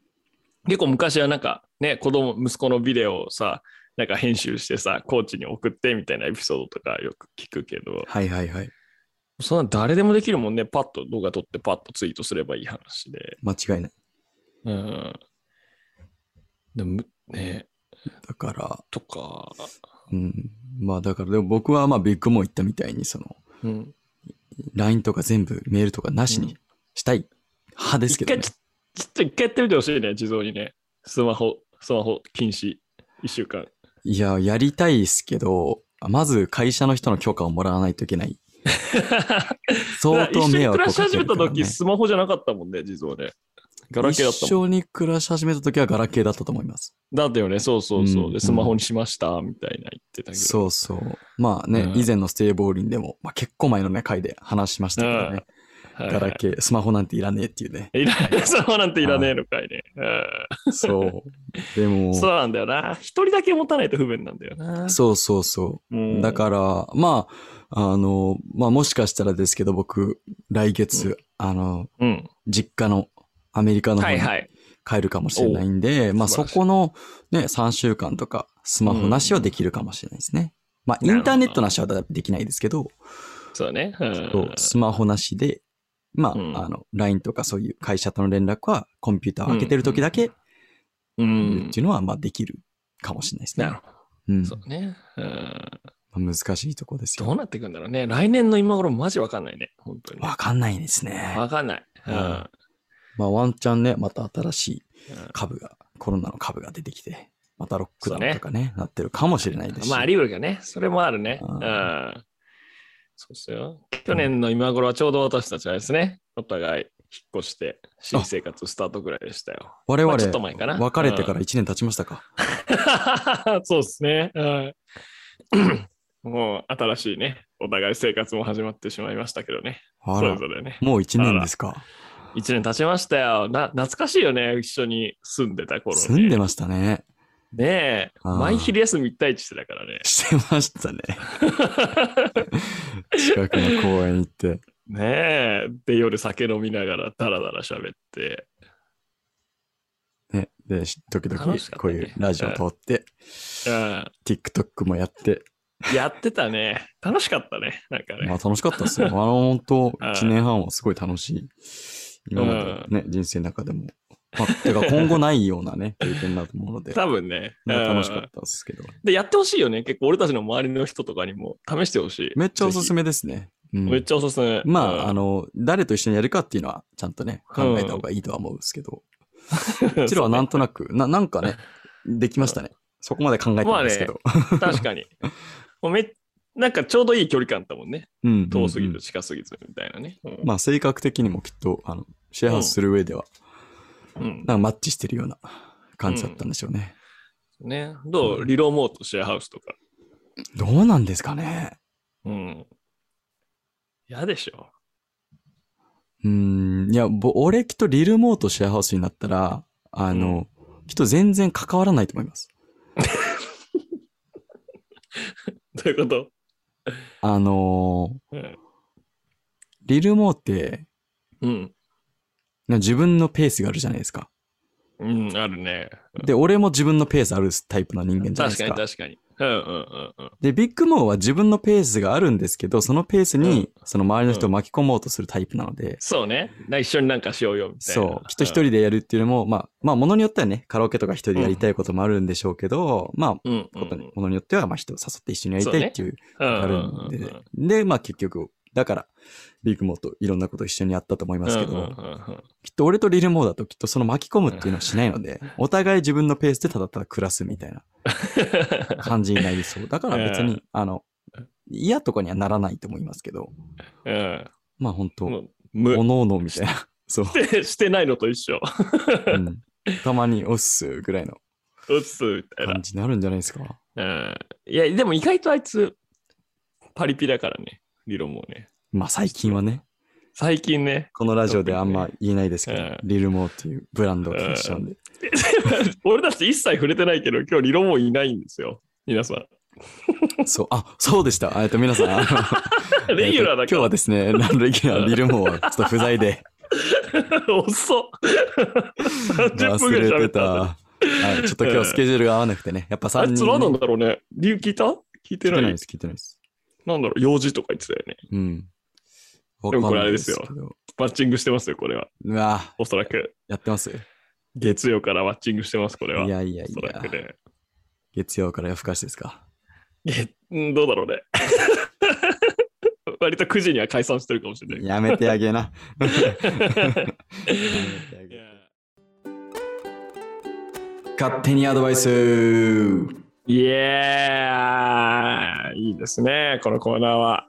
Speaker 1: 結構昔はなんか、ね、子供、息子のビデオをさ、なんか編集してさ、コーチに送ってみたいなエピソードとかよく聞くけど、
Speaker 2: はいはいはい。
Speaker 1: そんなん誰でもできるもんね、パッと動画撮ってパッとツイートすればいい話で。
Speaker 2: 間違いない。
Speaker 1: うん。でも、ね、
Speaker 2: だから、
Speaker 1: とか、
Speaker 2: うん。まあだから、でも僕はまあビッグモン行ったみたいに、その、
Speaker 1: うん。
Speaker 2: LINE とか全部メールとかなしにしたい派ですけ
Speaker 1: 一
Speaker 2: ど
Speaker 1: 回
Speaker 2: ね。
Speaker 1: ちょ、ちょっと一回やってみてほしいね、地蔵にね。スマホ、スマホ禁止、一週間。
Speaker 2: いや、やりたいですけど、まず会社の人の許可をもらわないといけない。相当迷惑
Speaker 1: 一緒
Speaker 2: を
Speaker 1: に
Speaker 2: か
Speaker 1: 暮らし
Speaker 2: け
Speaker 1: 始
Speaker 2: る
Speaker 1: め
Speaker 2: か
Speaker 1: た
Speaker 2: ら、ね
Speaker 1: 時、。スマホじゃなかったもんね、地蔵ね。ガラケーだった
Speaker 2: 一
Speaker 1: もん。
Speaker 2: 緒に暮らし始めた時はガラケーだったと思います。
Speaker 1: だったよね、そうそうそう。
Speaker 2: うん
Speaker 1: で、スマホにしました、みたいな言ってたけど。
Speaker 2: そうそう。まあね、
Speaker 1: うん
Speaker 2: 以前のステイボーリンでも、まあ、結構前のね、回で話しましたけどね、
Speaker 1: はいはい。
Speaker 2: ガラケー、スマホなんていらねえっていうね
Speaker 1: いら [LAUGHS] ない、スマホなんていらねえのかいね。
Speaker 2: そう。で
Speaker 1: う
Speaker 2: も
Speaker 1: ん、そうなんだよな。一人だけ持たないと不便なんだよな。
Speaker 2: そうそうそうう。
Speaker 1: ん
Speaker 2: だから、まあ、あの、まあもしかしたらですけど、僕、来月、あの、
Speaker 1: うん。
Speaker 2: 実家のアメリカの方
Speaker 1: はい
Speaker 2: に
Speaker 1: はい。
Speaker 2: 帰るかもしれないんで、まあ
Speaker 1: 素晴
Speaker 2: そ
Speaker 1: らしい
Speaker 2: このね、3週間とかスマホなしはできるかもしれないですね。まあイ
Speaker 1: なるほど
Speaker 2: ンターネットなしはできないですけど、
Speaker 1: そうだね。うん
Speaker 2: そうスマホなしで、まあ、
Speaker 1: うん
Speaker 2: あの、LINE とかそういう会社との連絡はコンピューターを開けてる時だけっ
Speaker 1: う
Speaker 2: て
Speaker 1: ん。
Speaker 2: いうのはまあできるかもしれないです
Speaker 1: な
Speaker 2: ね
Speaker 1: る。ほ
Speaker 2: うん
Speaker 1: ど。そうね。うん
Speaker 2: まあ難しいとこですよ。
Speaker 1: どうなっていくんだろうね。来年の今頃マジわかんないね。本当に。
Speaker 2: わかんないですね。
Speaker 1: わかんない。うん
Speaker 2: うんまあワンチャンね、また新しい株が、コロナの株が出てきて、またロックダウンとかね、なってるかもしれないですし。
Speaker 1: まあ、あり得るけどね。それもあるね。
Speaker 2: う
Speaker 1: うんん。そうですよ。去年の今頃はちょうど私たちはですね、お互い引っ越して、新生活スタートぐらいでしたよ。
Speaker 2: 我
Speaker 1: ま
Speaker 2: 々、
Speaker 1: あちょっと前かな
Speaker 2: 別れてから1年経ちましたか。
Speaker 1: [LAUGHS] そうですね。うんもう新しいね、お互い生活も始まってしまいましたけどね。
Speaker 2: あ
Speaker 1: そ
Speaker 2: ら
Speaker 1: れ、ぞれね。
Speaker 2: もう1年ですか。
Speaker 1: 1年経ちましたよ。な懐かしいよね、一緒に住んでた頃、ね。
Speaker 2: 住んで
Speaker 1: ね
Speaker 2: ましたね。
Speaker 1: え、
Speaker 2: あー
Speaker 1: 毎昼休み1対1してたからね。
Speaker 2: してましたね。近くの公園行って。
Speaker 1: ねえ。で、夜酒飲みながらダラダラ喋って。
Speaker 2: ね、で、し時々
Speaker 1: 楽しかったね
Speaker 2: こういうラジオ通って、
Speaker 1: うん。
Speaker 2: TikTok もやって、
Speaker 1: やってた
Speaker 2: [LAUGHS]
Speaker 1: ね。楽しかったね。なんか
Speaker 2: まあ
Speaker 1: ね。
Speaker 2: 楽しかった
Speaker 1: [LAUGHS]
Speaker 2: ですよ。あの、本当
Speaker 1: うん
Speaker 2: 1年半はすごい楽しい。今までのね、人生の中でも。まあ、てか今後ないようなね、経験だと
Speaker 1: [LAUGHS]
Speaker 2: 思うので、
Speaker 1: 多分ね。
Speaker 2: まあ楽しか
Speaker 1: う
Speaker 2: っ
Speaker 1: ん
Speaker 2: たですけど。
Speaker 1: で、やってほしいよね。結構俺たちの周りの人とかにも試してほしい。
Speaker 2: めっちゃおすす
Speaker 1: め。
Speaker 2: めですね。うん
Speaker 1: めっちゃおすすめ。
Speaker 2: ま
Speaker 1: うん
Speaker 2: あ、あ、の、誰と一緒にやるかっていうのは、ちゃんとね、考えた方がいいとは思うんですけど、うちらはなんとなく、ななんかね、できましたね。そこまで考えてたんですけど。
Speaker 1: 確か
Speaker 2: [LAUGHS]
Speaker 1: に。もうめなんかちょうどいい距離感だもんね。
Speaker 2: うん
Speaker 1: 遠すぎ
Speaker 2: うん
Speaker 1: ず近すぎずみたいなね。うん
Speaker 2: まあ、性格的にもきっと、あの、シェアハウスする上では、
Speaker 1: うん
Speaker 2: なんかマッチしてるような感じだったんでしょうね。
Speaker 1: ね、どうリロモートシェアハウスとか。
Speaker 2: どうなんですかね。
Speaker 1: うん。嫌でしょ。
Speaker 2: うん、いや、ぼ俺きっとリルモートシェアハウスになったら、あの、きっと全然関わらないと思います。
Speaker 1: どういうこと
Speaker 2: あのー
Speaker 1: うん
Speaker 2: リルモーって、
Speaker 1: うん。
Speaker 2: 自分のペースがあるじゃないですか。
Speaker 1: うん、あるね。
Speaker 2: で、俺も自分のペースあるタイプの人間じゃない
Speaker 1: 確
Speaker 2: で
Speaker 1: か
Speaker 2: す
Speaker 1: に確
Speaker 2: か。
Speaker 1: かに。うんうんうん
Speaker 2: で、ビッグモーは自分のペースがあるんですけど、そのペースに、その周りの人を巻き込もうとするタイプなので、
Speaker 1: そうね。な一緒になんかしようよみたいな。
Speaker 2: そう、きっと一人でやるっていうのも、まあ、まあ、ものによってはね、カラオケとか一人でやりたいこともあるんでしょうけど、まあ、
Speaker 1: うん。うん
Speaker 2: こ
Speaker 1: う
Speaker 2: と
Speaker 1: ん
Speaker 2: ものによっては、まあ、人を誘って一緒にやりたいっていう、
Speaker 1: うん
Speaker 2: あるんで、で、まあ、結局、だから、ビッグモーといろんなこと一緒にやったと思いますけど、
Speaker 1: うんうんうん
Speaker 2: きっと俺とリルモーだときっとその巻き込むっていうのはしないので、お互い自分のペースでただただ暮らすみたいな感じにな
Speaker 1: [LAUGHS]
Speaker 2: りそう。だから別
Speaker 1: う
Speaker 2: に、あの、嫌とかにはならないと思いますけど、
Speaker 1: うんうん
Speaker 2: まあ本当、
Speaker 1: も
Speaker 2: お
Speaker 1: う [LAUGHS] 無
Speaker 2: のおのみたいな。そう、
Speaker 1: してしてないのと一緒。 [LAUGHS]
Speaker 2: うん。たまにおっすぐらいの
Speaker 1: うっすみたいな
Speaker 2: 感。じになるんじゃないですか。
Speaker 1: うんいや、でも意外とあいつ、パリピだからね、理論もね。
Speaker 2: まあ最近はね、
Speaker 1: 最近ね、
Speaker 2: このラジオであんま言えないですけど、
Speaker 1: うん
Speaker 2: リルモーっていうブランドを決勝で。
Speaker 1: [LAUGHS] 俺たち一切触れてないけど、今日理論もいないんですよ。皆さん。
Speaker 2: そう、あ、そうでした。えっと
Speaker 1: [LAUGHS]
Speaker 2: 皆さん、あの
Speaker 1: レギュラーだか
Speaker 2: 今日
Speaker 1: ら
Speaker 2: は、ですね、レギュラーリルモーはちょっと不在で。
Speaker 1: [LAUGHS] 遅っ。30分
Speaker 2: 忘
Speaker 1: ぐらい
Speaker 2: れ
Speaker 1: 喋
Speaker 2: て。
Speaker 1: ったた。
Speaker 2: はい、ちょっと今日スケジュールが合わなくてね。やっぱ
Speaker 1: あ
Speaker 2: 3
Speaker 1: いつ
Speaker 2: 人、
Speaker 1: 何なん
Speaker 2: 聞
Speaker 1: だろうね。理由聞いた聞いて
Speaker 2: いて
Speaker 1: な
Speaker 2: ない
Speaker 1: い
Speaker 2: で。す、聞いてないです。
Speaker 1: なんだろう、用事とか言ってたよね。
Speaker 2: うん。
Speaker 1: でもこれ
Speaker 2: わかんない
Speaker 1: あれ
Speaker 2: けど。
Speaker 1: バッチングしてますよ、これは。
Speaker 2: うわ
Speaker 1: おそらく。
Speaker 2: やってますい
Speaker 1: 月曜からバッチングしてます、これは。
Speaker 2: やいやいや
Speaker 1: お。そらくね。
Speaker 2: 月曜から夜更かしですか。
Speaker 1: えうんどうだろうね。 [LAUGHS] 割と9時には解散してるかもしれない。
Speaker 2: やめてあげ
Speaker 1: [LAUGHS]
Speaker 2: な。
Speaker 1: いや
Speaker 2: 勝手にアドバイス
Speaker 1: [LAUGHS] いやー、いいですね、このコーナーは。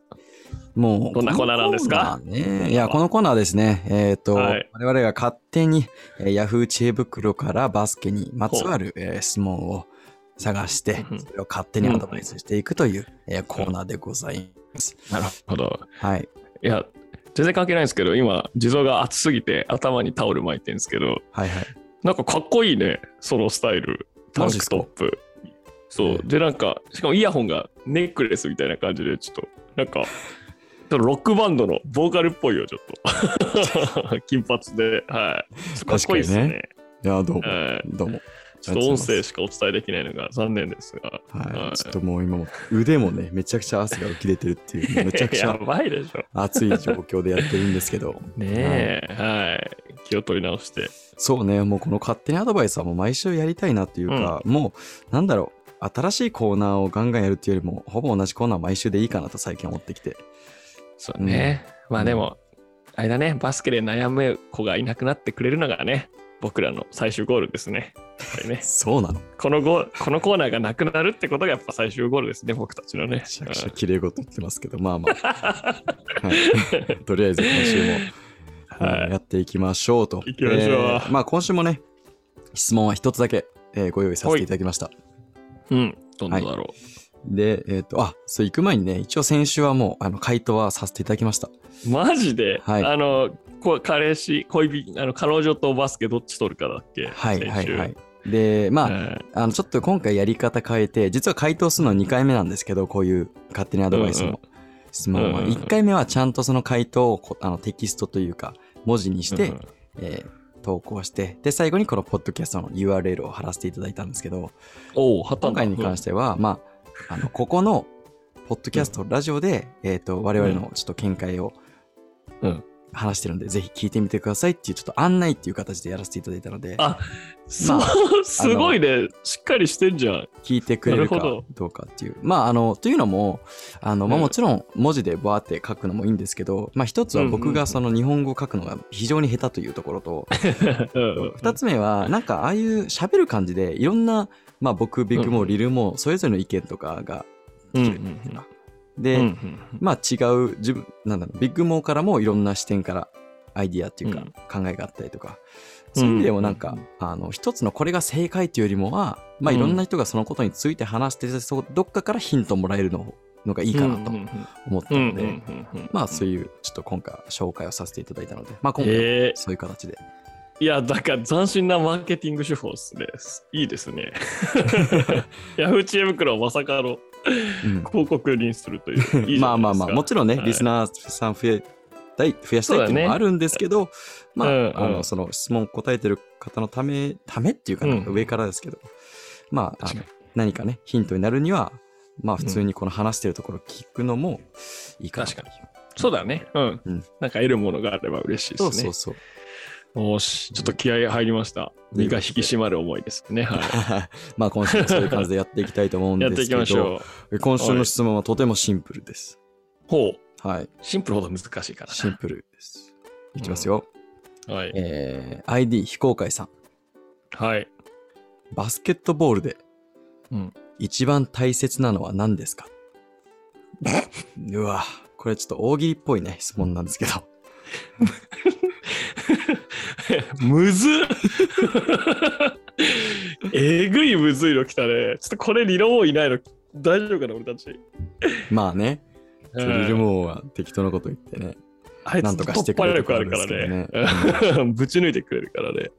Speaker 2: もう、
Speaker 1: どんなコーナーなんですか
Speaker 2: このコーナーねいや、このコーナーはですね、えっ、と、
Speaker 1: はい
Speaker 2: 我々が勝手に、えー、ヤフー知恵袋からバスケにまつわる、えー質問を探して
Speaker 1: う、ん
Speaker 2: それを勝手にアドバイスしていくという、えーコーナーでございます。
Speaker 1: なるほど。
Speaker 2: はい。
Speaker 1: いや、全然関係ないんですけど、今、地蔵が熱すぎて頭にタオル巻いてるんですけど、
Speaker 2: はいはい。
Speaker 1: なんかかっこいいね、そのスタイル。タンクトップ。そう。で、なんか、しかもイヤホンがネックレスみたいな感じで、ちょっと、なんか、ちょっとロックバンドのボーカルっぽいよ、ちょっと。 [LAUGHS] 金髪で、はい。かっこいいですね。
Speaker 2: いや、どうも。
Speaker 1: はい
Speaker 2: どうも。
Speaker 1: ちょっと音声
Speaker 2: し
Speaker 1: しかお伝えできないのが残念ですが。
Speaker 2: は。
Speaker 1: はいい
Speaker 2: ちょっともう今も腕もね、めちゃくちゃ汗が浮き出てるって [LAUGHS] いう、めちゃくち
Speaker 1: や
Speaker 2: ゃ
Speaker 1: ばいでしょ。
Speaker 2: 熱い状況でやってるんですけ [LAUGHS] ど。
Speaker 1: ねえ、はい、気を取り直して。
Speaker 2: そうね、もうこの勝手にアドバイスはもう毎週やりたいなっていうか、もうなんだろう、新しいコーナーをガンガンやるっていうよりも、ほぼ同じコーナー毎週でいいかなと最近思ってきて。
Speaker 1: そうね。まあでも、あれだね、バスケで悩む子がいなくなってくれるのがね、僕らの最終ゴールですね。やっぱり
Speaker 2: [LAUGHS]
Speaker 1: ね
Speaker 2: そうなの。め
Speaker 1: このゴーこのコーナーがなくなるってことがやっぱ最終ゴールですね、僕たちのね。
Speaker 2: ちゃくちゃ綺麗事言ってますけど、まあまあ。
Speaker 1: [LAUGHS]
Speaker 2: はい、とりあえず今週も、
Speaker 1: はい
Speaker 2: うんやっていきましょうと。
Speaker 1: 行きましょう
Speaker 2: ーまあ今週もね、質問は一つだけ、えーご用意させていただきました。
Speaker 1: うんうん、どんなだろ
Speaker 2: で、えっ、と、あ、そう行く前にね、一応先週はもう、あの、回答はさせていただきました。
Speaker 1: う。マジで、
Speaker 2: はい
Speaker 1: あの、こ彼氏、恋人、あの彼女とバスケどっち取るかだっけ
Speaker 2: はい
Speaker 1: 先
Speaker 2: はい
Speaker 1: 週
Speaker 2: はい。で、まあ、
Speaker 1: はい
Speaker 2: あの、ちょっと今回やり方変えて、実は回答するの2回目なんですけど、こういう勝手にアドバイス
Speaker 1: うんうん
Speaker 2: の質問は。
Speaker 1: うんうんうん
Speaker 2: 1回目はちゃんとその回答をこあのテキストというか、文字にして、
Speaker 1: うんうん
Speaker 2: えー投稿して、で、最後にこのポッドキャストの URL を貼らせていただいたんですけど、
Speaker 1: おう、
Speaker 2: 今回に関
Speaker 1: し
Speaker 2: しては、まあ、あの、ここの、ポッドキャスト、ラジオで、えっ、と、我々のちょっと見解を
Speaker 1: うん、
Speaker 2: 話してるんで、ぜひ聞いてみてくださいっていう、ちょっと案内っていう形でやらせていただいたので、
Speaker 1: あそう、
Speaker 2: ま
Speaker 1: すごいね、しっかりしてんじゃん。
Speaker 2: 聞いてくれるか
Speaker 1: なるほど
Speaker 2: どうかっていう。まあ、あの、というのも、あの、まあ、
Speaker 1: うん
Speaker 2: もちろん文字でバーって書くのもいいんですけど、まあ、一つは
Speaker 1: うんう
Speaker 2: 僕
Speaker 1: んう
Speaker 2: が
Speaker 1: ん
Speaker 2: その日本語を書くのが非常に下手というところと、
Speaker 1: 2
Speaker 2: 二つ目は、なんかああいう喋る感じで、いろんな、まあ、僕、ビッグ
Speaker 1: うん
Speaker 2: も
Speaker 1: うん
Speaker 2: リルも、それぞれの意見とかが、
Speaker 1: うん
Speaker 2: で、まあ違う自分なんだろうビッグモーからもいろんな視点からアイディアっていうか考えがあったりとか、そういう意味でもなんか、
Speaker 1: うん
Speaker 2: あの一つのこれが正解というよりもは、まあ、いろんな人がそのことについて話してて、そうどっかからヒントもらえるののがい
Speaker 1: い
Speaker 2: いかなと思ったので、まあそう
Speaker 1: いう
Speaker 2: いうちょっと今回紹介をさせていただいたので、まあ、今回は
Speaker 1: え
Speaker 2: そういう形で、
Speaker 1: ー、いやだから斬新なマー
Speaker 2: [LAUGHS]
Speaker 1: ケティング手法ですねいいですねヤフー知恵袋をまさかの
Speaker 2: うん
Speaker 1: 広告にする
Speaker 2: [LAUGHS]
Speaker 1: といういいじゃないですか。
Speaker 2: まあまあまあ、もちろんね、
Speaker 1: はい
Speaker 2: リスナーさん増えたい、増やしたいっていうのもあるんですけど、まあ、
Speaker 1: うんうん
Speaker 2: あの、その質問答えてる方のため、ためっていうかな、
Speaker 1: うん
Speaker 2: 上からですけど、まあ、あ
Speaker 1: 確
Speaker 2: の
Speaker 1: か
Speaker 2: 何かね、ヒントになるには、まあ、普通にこの話してるところ聞くのもいいかな。
Speaker 1: 確かそうだね。うん。
Speaker 2: うん
Speaker 1: なんか得るものがあれば嬉しいですね。
Speaker 2: そうそうそう。 [LAUGHS]
Speaker 1: おーし、ちょっと気合い入りました。身が引き締まる思いですね。は
Speaker 2: まあ、今週もそういう感じでやっていきたいと思う
Speaker 1: [LAUGHS]
Speaker 2: ん
Speaker 1: い。やっ
Speaker 2: で
Speaker 1: て
Speaker 2: す
Speaker 1: いき
Speaker 2: け
Speaker 1: まし
Speaker 2: ど、
Speaker 1: ょう。
Speaker 2: 今週の質問はとてもシンプルです。
Speaker 1: ほう。
Speaker 2: はい、
Speaker 1: シンプルほど難しいから
Speaker 2: シンプルです。いきますよ。
Speaker 1: な。はい。
Speaker 2: えー、ID 非公開さん。
Speaker 1: はい。 [LAUGHS]
Speaker 2: バスケットボールで
Speaker 1: うん。
Speaker 2: 一番大切なのは何ですかうわ、これちょっと大喜利っぽいね、質問なんですけど。
Speaker 1: むずっ [LAUGHS] えぐいむずいの来たね。ちょっとこれ理論王いないの大丈夫かな俺たち。
Speaker 2: まあね、
Speaker 1: う
Speaker 2: ちょ
Speaker 1: ん
Speaker 2: リルモーは適当なこと言ってね。
Speaker 1: あいつ
Speaker 2: なんとかしてくれる
Speaker 1: 突破力あるからね。 [LAUGHS] ぶち抜いてくれるからね。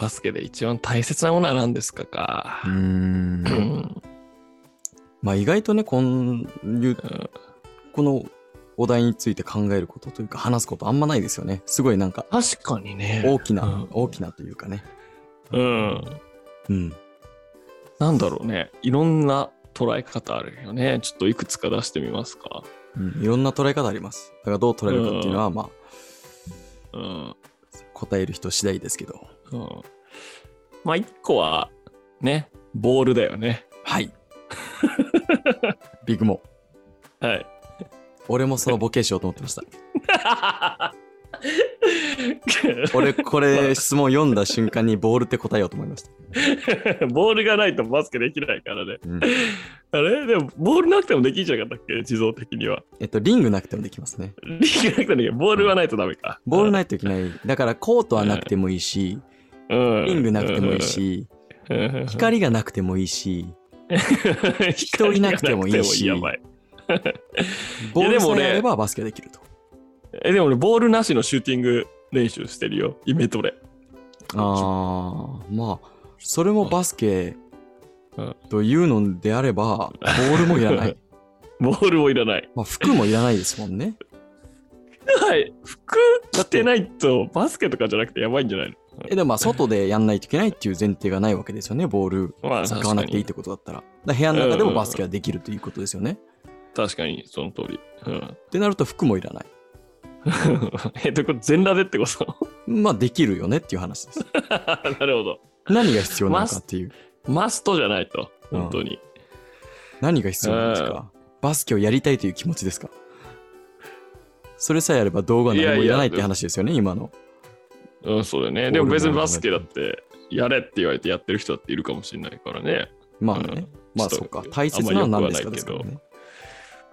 Speaker 1: バスケで一番大切なものは何ですか
Speaker 2: うー
Speaker 1: か。
Speaker 2: ん
Speaker 1: う。ん。
Speaker 2: まあ意外とね、こんいう
Speaker 1: うん、
Speaker 2: このお題について考えることというか話すことあんまないですよね。すごいなんか
Speaker 1: 確かにね。
Speaker 2: 大きな、
Speaker 1: うん
Speaker 2: 大きなというかね。
Speaker 1: うん。
Speaker 2: うん。
Speaker 1: なんだろうね。いろんな捉え方あるよね。ちょっといくつか出してみますか。
Speaker 2: うんいろんな捉え方あります。だからどう捉えるかっていうのは、まあ
Speaker 1: うん。
Speaker 2: 答える人次第ですけど。
Speaker 1: うん、まあ、一個は、ね、ボールだよね。 [LAUGHS]
Speaker 2: はい。ビッグモー。
Speaker 1: はい。 [LAUGHS]
Speaker 2: 俺もそのボケしようと思ってました。 [LAUGHS] 俺、これ質問読んだ瞬間にボールって答えようと思いました。
Speaker 1: ボールがないとバスケできないからね。
Speaker 2: うん
Speaker 1: あれでも、ボールなくてもできんじゃなかったっけ自動的には。
Speaker 2: えっと、リングなくてもできますね。
Speaker 1: リーグなくてもできないボールはないとダメか。
Speaker 2: [LAUGHS] ボールないといけない。だから、コートはなくてもいいし、
Speaker 1: うん、
Speaker 2: リングなくてもいいし、
Speaker 1: うん。
Speaker 2: 光がなくてもいいし、
Speaker 1: 人 [LAUGHS]
Speaker 2: いなくてもいいし
Speaker 1: やばい。
Speaker 2: ボール
Speaker 1: でも
Speaker 2: さ
Speaker 1: 俺
Speaker 2: えあればバスケできると。
Speaker 1: え、でも俺、ボールなしのシューティング練習してるよ。イメトレ。
Speaker 2: ああ、まあ、それもバスケ
Speaker 1: うん
Speaker 2: というのであれば、ボールもいらない。
Speaker 1: ボールもいらない。
Speaker 2: まあ、服もいらないですもんね。
Speaker 1: はい。服着てないと、バスケとかじゃなくてやばいんじゃないの
Speaker 2: え、でもまあ、外でやんないといけないっていう前提がないわけですよね、ボール。
Speaker 1: まあ、
Speaker 2: 使
Speaker 1: 確
Speaker 2: わ
Speaker 1: か
Speaker 2: なくていいっ
Speaker 1: に。
Speaker 2: てことだったら。だから部屋の中でもバスケはできるということですよね。
Speaker 1: 確かに、その通り。うん。
Speaker 2: ってなると服もいらない。
Speaker 1: [LAUGHS] えっと、これ全裸でってこと [LAUGHS]
Speaker 2: まあできるよねっていう話です。
Speaker 1: なるほど。
Speaker 2: 何が必要なのかっていう。
Speaker 1: マストじゃないと、本当に。
Speaker 2: 何が必要なんですかバスケをやりたいという気持ちですかそれさえあれば動画何もいらないって話ですよね、今の。
Speaker 1: うん、そうだよね。でも別にバスケだって、やれって言われてやってる人だっているかもしれないからね。
Speaker 2: まあね。まあ
Speaker 1: ちょ
Speaker 2: そ
Speaker 1: っ
Speaker 2: う
Speaker 1: と
Speaker 2: か。大切なのは何ですか
Speaker 1: あんま
Speaker 2: で
Speaker 1: り
Speaker 2: す
Speaker 1: 良くは
Speaker 2: から
Speaker 1: ないけ
Speaker 2: ね。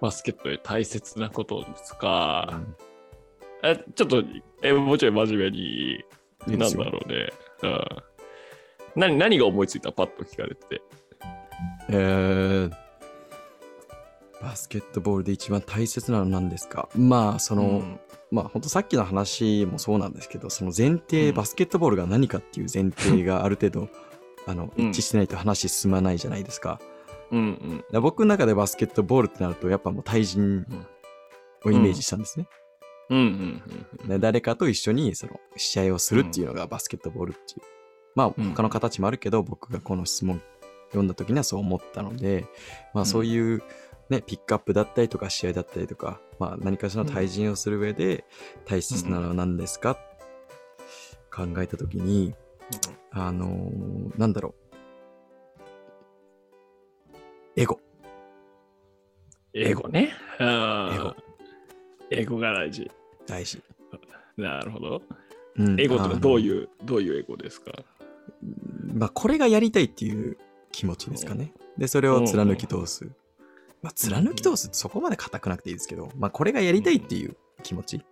Speaker 1: バスケットで大切なことです
Speaker 2: う
Speaker 1: か。
Speaker 2: ん
Speaker 1: え、ちょっと、え、もうちょい真面目に、
Speaker 2: いいで
Speaker 1: なん
Speaker 2: す
Speaker 1: だ
Speaker 2: よ。
Speaker 1: ろうね。うん。何、何が思いついたパッと聞かれて。
Speaker 2: えーバスケットボールで一番大切なのは何ですかまあその、
Speaker 1: うん
Speaker 2: まあ本当さっきの話もそうなんですけどその前提、
Speaker 1: うん
Speaker 2: バスケットボールが何かっていう前提がある程度あの
Speaker 1: うん
Speaker 2: 一致してないと話進まないじゃないですか,、
Speaker 1: うん
Speaker 2: 僕の中でバスケットボールってなるとやっぱもう対人をイメージしたんですね、
Speaker 1: うん。うんうんうん
Speaker 2: で誰かと一緒にその試合をするっていうのがバスケットボールっていうまあ
Speaker 1: うん
Speaker 2: 他の形もあるけど、僕がこの質問読んだ時にはそう思ったのでまあそういう、ね、ピックアップだったりとか試合だったりとか、まあ、何かしらの対人をする上で大切なのは何ですか、考えた時にあのーなんだろうエゴ
Speaker 1: 英語ね。うん英語が大事。
Speaker 2: 大事、
Speaker 1: なるほど。
Speaker 2: うん
Speaker 1: 英語とかどう
Speaker 2: う
Speaker 1: いう、どういう英語ですか
Speaker 2: まあ、これがやりたいっていう気持ちですかね。で、それを貫き通す。まあ、貫き通すってそこまで硬くなくていいですけど、まあ、これがやりたいっていう気持ち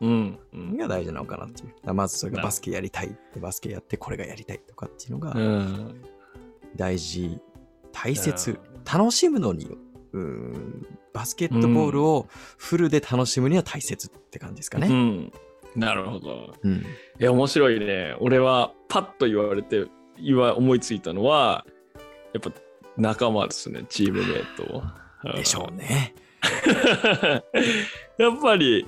Speaker 1: うん。う
Speaker 2: が大事なのかなっていう。だからまずそれがバスケやりたい。でバスケやってこれがやりたいとかっていうのが
Speaker 1: ん。
Speaker 2: 大事、大切、
Speaker 1: う
Speaker 2: 楽しむのに、うーん、バスケットボールをフルで楽しむには大切って感じですか
Speaker 1: う
Speaker 2: ね。
Speaker 1: ん。なるほど。
Speaker 2: うん。
Speaker 1: え、面白いね。俺はパッと言われて、今思いついたのは、やっぱ仲間ですね、チームメイトを。
Speaker 2: でしょうね。
Speaker 1: [LAUGHS] やっぱり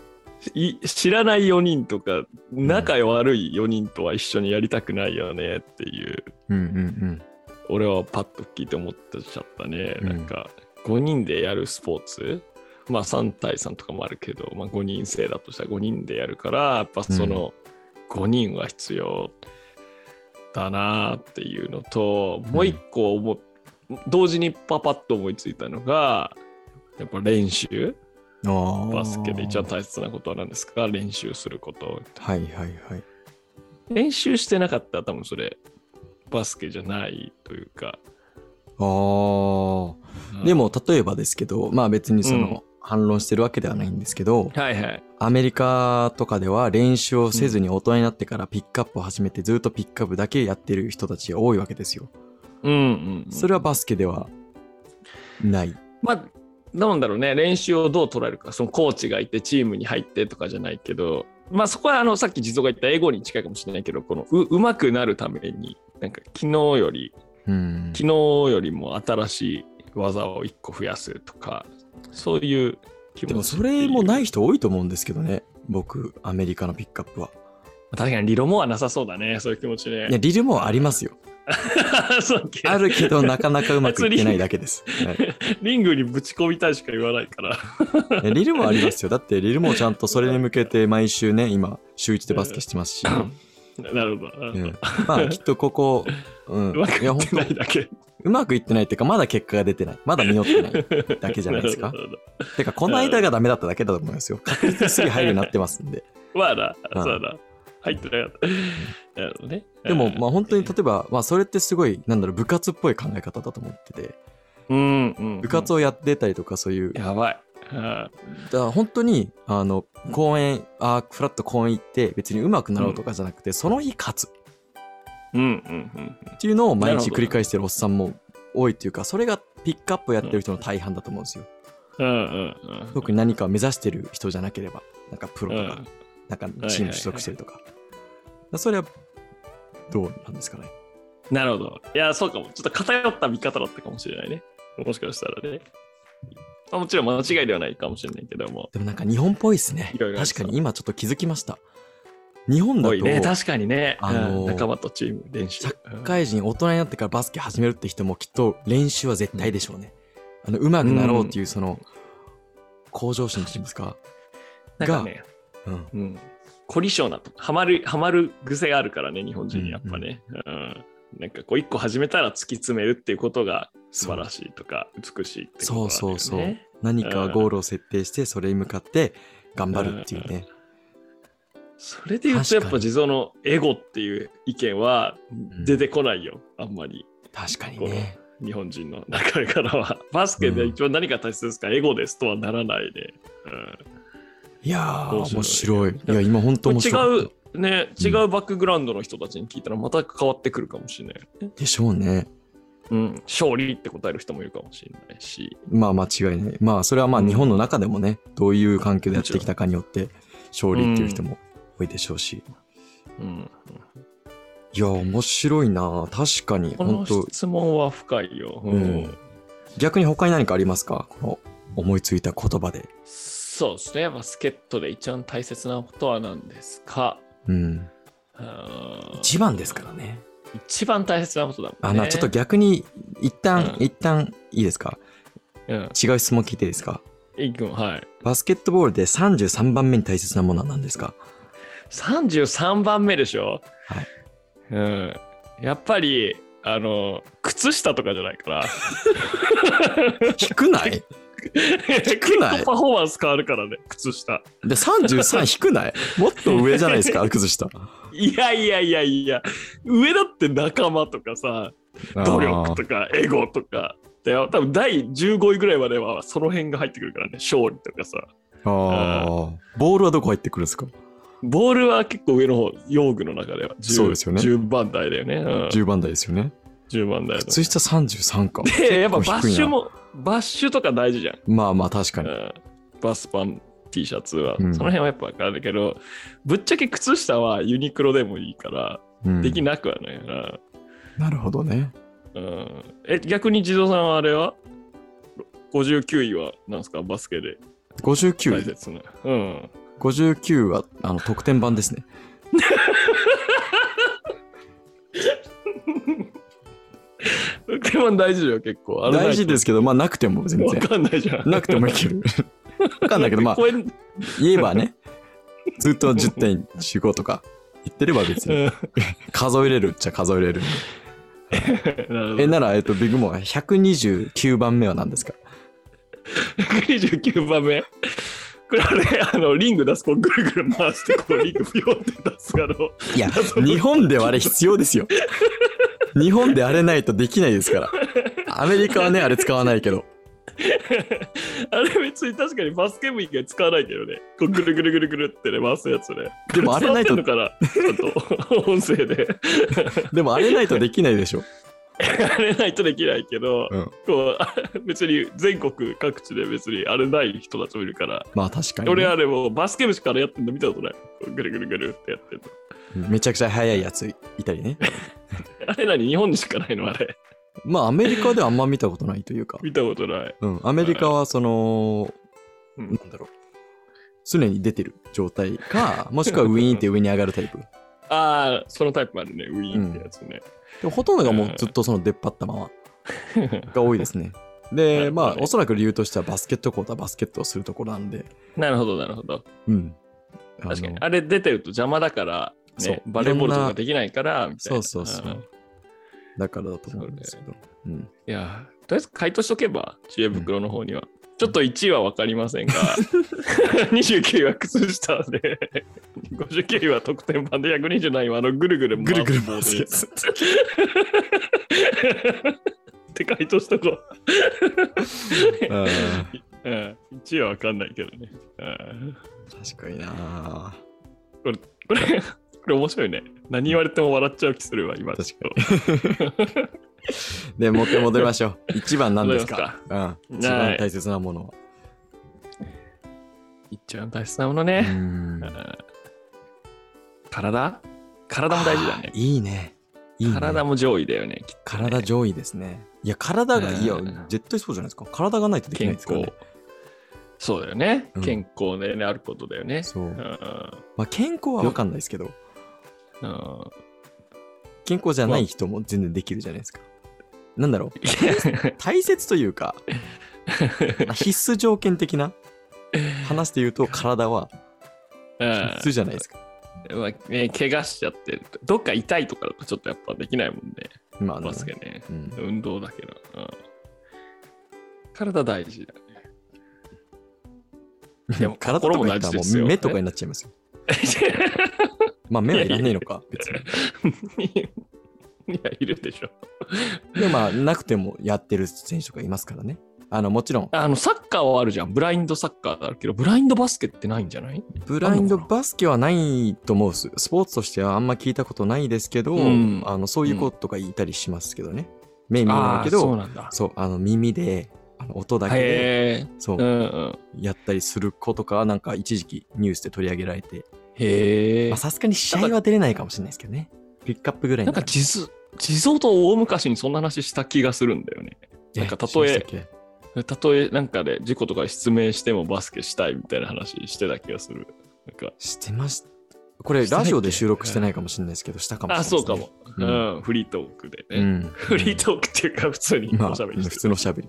Speaker 1: い知らない4人とか仲悪い4人とは一緒にやりたくないよねっていう、
Speaker 2: うんうん
Speaker 1: 俺はパッと聞いて思ってちゃったね、
Speaker 2: うん
Speaker 1: なんか5人でやるスポーツまあ3対3とかもあるけど、まあ、5人制だとしたら5人でやるからやっぱその5人は必要だなっていうのと、もう一個思っ同時にパパッと思いついたのがやっぱ練習
Speaker 2: うん。ああ。
Speaker 1: バスケで一番大切なことは何ですか練習すること。
Speaker 2: はいはいはい。
Speaker 1: 練習してなかったら多分それ、バスケじゃないというか。
Speaker 2: ああ。
Speaker 1: うん
Speaker 2: で、も例えばですけどまあ別にその反論してるわけではないんですけど、
Speaker 1: はいはい。
Speaker 2: アメリカとかでは練習をせずに大人になってからピックアップを始めてずっとピックアップだけやってる人たちが多いわけですよ。
Speaker 1: うんうん、うん。
Speaker 2: それはバスケではない。
Speaker 1: まあ、なんだろうね、練習をどう捉えるか、そのコーチがいて、チームに入ってとかじゃないけど、まあそこはあのさっき地蔵が言った英語に近いかもしれないけど、このううまくなるために、なんか昨日より、
Speaker 2: うん
Speaker 1: 昨日よりも新しい技を1個増やすとか、そういう気持ちっていう。
Speaker 2: でもそれもない人多いと思うんですけどね僕アメリカのピックアップは。
Speaker 1: 確かに理論もはなさそうだね、そういう気持ちね。
Speaker 2: いやリルもありますよ。
Speaker 1: [LAUGHS] そうっけ
Speaker 2: あるけどなかなかうまくいってないだ
Speaker 1: [LAUGHS]
Speaker 2: けです。はい
Speaker 1: リングにぶち込みたいしか言わないから。 [LAUGHS]
Speaker 2: いやリルもありますよ。だってリルもちゃんとそれに向けて毎週ね、今、週1でバスケしてま
Speaker 1: [LAUGHS]
Speaker 2: すし、
Speaker 1: なるほど。な
Speaker 2: う
Speaker 1: るほ
Speaker 2: ん、まあきっとここ、う
Speaker 1: [LAUGHS]
Speaker 2: ん、
Speaker 1: どうまく
Speaker 2: いや
Speaker 1: や
Speaker 2: 本
Speaker 1: って
Speaker 2: 当
Speaker 1: ないだけ。
Speaker 2: うまくいってないっていうか、まだ結果が出てない。まだ実っ
Speaker 1: [LAUGHS]
Speaker 2: てない。だけじゃないですか
Speaker 1: るほど
Speaker 2: てか、この間がダメだっただけだと思いますよ。確実にすぐ入るようになってますんで。
Speaker 1: [LAUGHS] まあな、
Speaker 2: うん
Speaker 1: そうだ。入ってなかった。 [LAUGHS] なるほどね。
Speaker 2: でも、まあ本当に例えば、まあそれってすごい、なんだろう、部活っぽい考え方だと思ってて、
Speaker 1: うんうん。
Speaker 2: 部活
Speaker 1: を。
Speaker 2: をやってたりとか、そういう、だか
Speaker 1: やばい。あ
Speaker 2: ら本当に、あの、公園、あーフラット公園行って、別にうまくなろうとかじゃなくて、その日勝つ。
Speaker 1: うんうんうん。
Speaker 2: っていうのを毎
Speaker 1: なる
Speaker 2: 日
Speaker 1: ほど
Speaker 2: 繰り返してるおっさんも多いっていうかそれがピックアップをやってる人の大半だと思うんですよ、
Speaker 1: うんうんうん。
Speaker 2: 特に何かを目指してる人じゃなければなんかプ
Speaker 1: う
Speaker 2: ロとか、
Speaker 1: ん
Speaker 2: なんかチーム取得してるとか、それはどうなんですかね
Speaker 1: なるほど。いや、そうかも。ちょっと偏った見方だったかもしれないね。もしかしたらね。まあもちろん間違いではないかもしれないけども。
Speaker 2: でもなんか日本っぽいですね
Speaker 1: いろいろある
Speaker 2: 確かに今ちょっと気づきました日本だ
Speaker 1: 多
Speaker 2: と
Speaker 1: いね。確かにね。
Speaker 2: あのー
Speaker 1: うん仲間とチーム練習。
Speaker 2: 社会人大人になってからバスケ始めるって人もきっと練習は絶対でしょうね、うあの上手くなろうっていうその向上心って言いますか、
Speaker 1: なんかね、
Speaker 2: うん、
Speaker 1: うん、凝り性なと、ハマる、ハマる癖があるからね、日本人にやっぱね。うんなんかこう、一個始めたら突き詰めるっていうことが素晴らしいとか、美しいってことなんだよね。
Speaker 2: そうそうそう何かゴールを設定してそれに向かって頑張るっていうね、
Speaker 1: それで言うと、やっ
Speaker 2: 確
Speaker 1: ぱ
Speaker 2: かに
Speaker 1: 地蔵のエゴっていう意見は
Speaker 2: ん
Speaker 1: 出てこないよ、あんまり。
Speaker 2: 確かにね
Speaker 1: 日本人の中からは。バスケで一番何が大切ですか、エゴですとはならないで、うん
Speaker 2: いやー
Speaker 1: 面
Speaker 2: 面
Speaker 1: 白
Speaker 2: 白
Speaker 1: い
Speaker 2: いいや今本当面
Speaker 1: 違、
Speaker 2: 白いう
Speaker 1: ね、違うバックグラウンドの人たちに聞いたらまた変わってくるかもしれない。
Speaker 2: でしょうね
Speaker 1: うん、勝利って答える人もいるかもしれないし、
Speaker 2: まあ間違いないまあそれはまあ
Speaker 1: うん
Speaker 2: 日本の中でもねどういう環境でやってきたかによって勝利っていう人も多いでしょうし、
Speaker 1: うん、
Speaker 2: いや面白いな確かに
Speaker 1: こ
Speaker 2: 本
Speaker 1: の
Speaker 2: 当
Speaker 1: 質問は深いよ、うん
Speaker 2: うん逆に他に何かありますかこの思いついた言葉で
Speaker 1: そうですねバスケットで一番大切なことは何ですか
Speaker 2: うん
Speaker 1: うん
Speaker 2: 一番ですからね
Speaker 1: 一番大切なことだも
Speaker 2: あ
Speaker 1: んね
Speaker 2: なちょっと逆に一旦、
Speaker 1: うん
Speaker 2: 一旦いいですか
Speaker 1: うん
Speaker 2: 違う質問聞いていいですか
Speaker 1: いくんはい
Speaker 2: バスケットボールで33番目に大切なものは
Speaker 1: [LAUGHS]
Speaker 2: 何ですか
Speaker 1: 33番目でしょ
Speaker 2: はい、
Speaker 1: うん、やっぱりあの靴下とかじゃないから
Speaker 2: 低くない
Speaker 1: 結
Speaker 2: くない
Speaker 1: 構パフォーマンス変わるからね靴下
Speaker 2: で33低くないもっと上じゃないで
Speaker 1: [LAUGHS]
Speaker 2: すか崩した。
Speaker 1: いやいやいやいや上だって仲間とかさ努力とかエゴとか。で多分第15位ぐらいまではその辺が入ってくるからね、勝利とかさ。
Speaker 2: あーあー。ボールはどこ入ってくるんですか
Speaker 1: ボールは結構上の方、用具の中では10
Speaker 2: そうですよね
Speaker 1: 10番台だよね。うん、
Speaker 2: ?10 番台ですよね。
Speaker 1: 10番台だ
Speaker 2: 靴下33か。 [LAUGHS]
Speaker 1: で、やっぱ
Speaker 2: 結構
Speaker 1: バッ
Speaker 2: 低いな
Speaker 1: シュも、バッシュとか大事じゃん。
Speaker 2: まあまあ確か
Speaker 1: う
Speaker 2: に。
Speaker 1: ん、バスパン、T シャツは。
Speaker 2: うん
Speaker 1: その辺はやっぱあるけど、ぶっちゃけ靴下はユニクロでもいいから、
Speaker 2: うん
Speaker 1: できなくはないな。
Speaker 2: なるほどね。
Speaker 1: うん、え、逆に地蔵さんはあれは ?59 位は何すかバスケで大
Speaker 2: 59位。
Speaker 1: 切な。うん。
Speaker 2: 59は、あの、得点版ですね。
Speaker 1: 得点版大事よ、結構。あれないと
Speaker 2: 大事ですけど、まあ、なくても全
Speaker 1: わ
Speaker 2: 然。
Speaker 1: かんないじゃん。
Speaker 2: なくてもいける。わかんないけど、まあ、
Speaker 1: 超えん
Speaker 2: 言えばね、ずっと10点15とか言ってれば別に、数えれるっちゃ数えれる。
Speaker 1: なるほど
Speaker 2: え、なら、えっと、ビッグモンは129番目は何ですか
Speaker 1: 129番目。これあれ、あの、リング出す、こう、ぐるぐる回して、こう、リングピョンって出すから、
Speaker 2: いや、日本ではあれ必要ですよ。日本であれないとできないですから。アメリカはね、あれ使わないけど。
Speaker 1: あれ別に確かにバスケ部以外使わないけどね。こう、ぐるぐるぐるぐるってね、回すやつね。
Speaker 2: でもあれないと
Speaker 1: 伝わってんのかなちょっと、音声で。
Speaker 2: でもあれないとできないでしょ。
Speaker 1: あれないとできないけど、
Speaker 2: うん
Speaker 1: こう [LAUGHS] あ別に全国各地で別にあれない人たちもいるから、
Speaker 2: まあ確かにね、
Speaker 1: 俺あれもうバスケ部しかあれやってんの見たことないぐるぐるぐるってやってんの
Speaker 2: めちゃくちゃ速いやついたりね。
Speaker 1: [LAUGHS] あれ何日本にしかないのあれ [LAUGHS]
Speaker 2: まあアメリカではあんま見たことないというか。
Speaker 1: 見たことない、
Speaker 2: うん、アメリカはその、
Speaker 1: うん
Speaker 2: なんだろう。常に出てる状態か、もしくはウィーンって上に上がるタイプ。
Speaker 1: ああそのタイプもあるねウィーンってやつね、
Speaker 2: でもほとんどがもうずっとその出っ張ったままが多いで
Speaker 1: [LAUGHS]
Speaker 2: すね。で、まあおそらく理由としてはバスケットコートはバスケットをするところなんで、
Speaker 1: なるほどなるほど
Speaker 2: うん。あの
Speaker 1: 確かにあれ出てると邪魔だから、
Speaker 2: そ
Speaker 1: ね
Speaker 2: う、
Speaker 1: バレーボールと
Speaker 2: いろん
Speaker 1: か
Speaker 2: な
Speaker 1: できないからみたい
Speaker 2: そ
Speaker 1: な
Speaker 2: うそうそ
Speaker 1: ん
Speaker 2: う。だからだと思うんですけど。うん、
Speaker 1: いやーとりあえず回答しとけば知恵袋の方には、ちょっと1位は分かりま
Speaker 2: [LAUGHS]
Speaker 1: せんが29位は靴下で59位は得点版で127位はあのぐるぐる
Speaker 2: ぐるぐる
Speaker 1: 回
Speaker 2: 回
Speaker 1: すボール
Speaker 2: すや
Speaker 1: です
Speaker 2: つ。
Speaker 1: って回答しとこう、
Speaker 2: うん
Speaker 1: うん、1位は分かんないけどね、うん
Speaker 2: 確かにな
Speaker 1: これこれ面白いね何言われても笑っちゃう気するわ今
Speaker 2: 確で、もう一回戻りま
Speaker 1: [LAUGHS]
Speaker 2: しょう。一番何です
Speaker 1: 戻り
Speaker 2: か
Speaker 1: はい
Speaker 2: うん。一番大切なものは。
Speaker 1: 一番大切なもの
Speaker 2: う
Speaker 1: ね、
Speaker 2: ん
Speaker 1: 体体も大事だ
Speaker 2: あー
Speaker 1: ね
Speaker 2: いいね。いいね
Speaker 1: 体も上位だよねきっとね
Speaker 2: 体上位ですね。いや、体が、いや
Speaker 1: うん、
Speaker 2: 絶対そうじゃないですか。体がないとできない
Speaker 1: 健
Speaker 2: ですから、ね
Speaker 1: 康。そうだよね、
Speaker 2: うん
Speaker 1: 健康でねあることだよね
Speaker 2: そう
Speaker 1: うん。
Speaker 2: まあ、健康は分かんないですけど、
Speaker 1: うん
Speaker 2: [LAUGHS] 健康じゃない人も全然できるじゃないですか。なんだろう。大切とい
Speaker 1: [LAUGHS]
Speaker 2: うか、まあ必須条件的な話で言うと、体は必須じゃないですか。
Speaker 1: うんまあね怪我しちゃってるとどっか痛いとかだとちょっとやっぱできないもんね
Speaker 2: まあ、ね
Speaker 1: バスケね
Speaker 2: うん。
Speaker 1: 運動だけど、うん体大事だね [LAUGHS] でも
Speaker 2: 体とか言
Speaker 1: 心も大
Speaker 2: ったら
Speaker 1: 事
Speaker 2: も
Speaker 1: ですよ
Speaker 2: う目とかになっちゃ
Speaker 1: [LAUGHS]
Speaker 2: いますよ。まあ目はいらねえのか、別に。
Speaker 1: [LAUGHS] いやいるでしょ
Speaker 2: でもまあ、なくてもやってる選手とかいますからね。あの、もちろん、
Speaker 1: あのサッカーはあるじゃんブラインドサッカーだけどブラインドバスケってないんじゃない
Speaker 2: ブラインドバスケはないと思うっす。スポーツとしてはあんま聞いたことないですけど、
Speaker 1: うん
Speaker 2: あのそういう子とか言いたりしますけどね。目見えないけ
Speaker 1: あーそう
Speaker 2: ど、
Speaker 1: なんだ
Speaker 2: そう、あの耳で、あの音だけで、
Speaker 1: へえ
Speaker 2: そう
Speaker 1: う、んうん
Speaker 2: やったりする子とか、なんか一時期ニュースで取り上げられて、
Speaker 1: へえ
Speaker 2: まあさすがに試合は出れないかもしれないですけどね。ピックアップぐらい
Speaker 1: なんか地図地蔵と大昔にそんな話した気がするんだよね。なんか例え
Speaker 2: え、
Speaker 1: たとえなんかで、事故とかで失明してもバスケしたいみたいな話してた気がする。なんか
Speaker 2: してました。これ、
Speaker 1: してない
Speaker 2: ラ
Speaker 1: っけ
Speaker 2: ジオで収録してないかもしれないですけど、したかもしれ
Speaker 1: あ、
Speaker 2: ない
Speaker 1: そ
Speaker 2: で
Speaker 1: う
Speaker 2: す
Speaker 1: か
Speaker 2: ね、
Speaker 1: も、う
Speaker 2: うんん。
Speaker 1: フリートークでね。
Speaker 2: うん。
Speaker 1: フリートークっていうか普通に
Speaker 2: まあ、
Speaker 1: おしゃべりし
Speaker 2: 普
Speaker 1: て
Speaker 2: 通
Speaker 1: る。
Speaker 2: のしゃべり。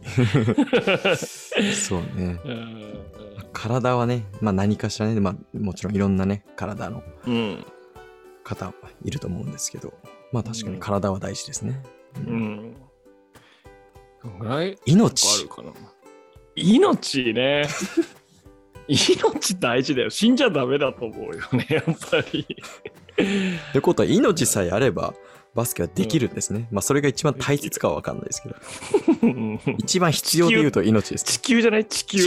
Speaker 1: [LAUGHS]
Speaker 2: そうね。
Speaker 1: うん
Speaker 2: 体はね、まあ何かしらね、まあもちろんいろんなね、体の
Speaker 1: うん
Speaker 2: 方いると思うんですけど、まあ確かに体は大事ですね。
Speaker 1: うん。うん。どんぐらいある
Speaker 2: 命
Speaker 1: かな命ね。
Speaker 2: [LAUGHS]
Speaker 1: 命大事だよ。死んじゃダメだと思うよね、やっぱり。
Speaker 2: ってことは命さえあれば、バスケはできるんですね。まあそれが一番大切かは分かんないですけど、
Speaker 1: うん
Speaker 2: 一番必要で言うと命です。
Speaker 1: 地球じゃない地
Speaker 2: [LAUGHS]
Speaker 1: 球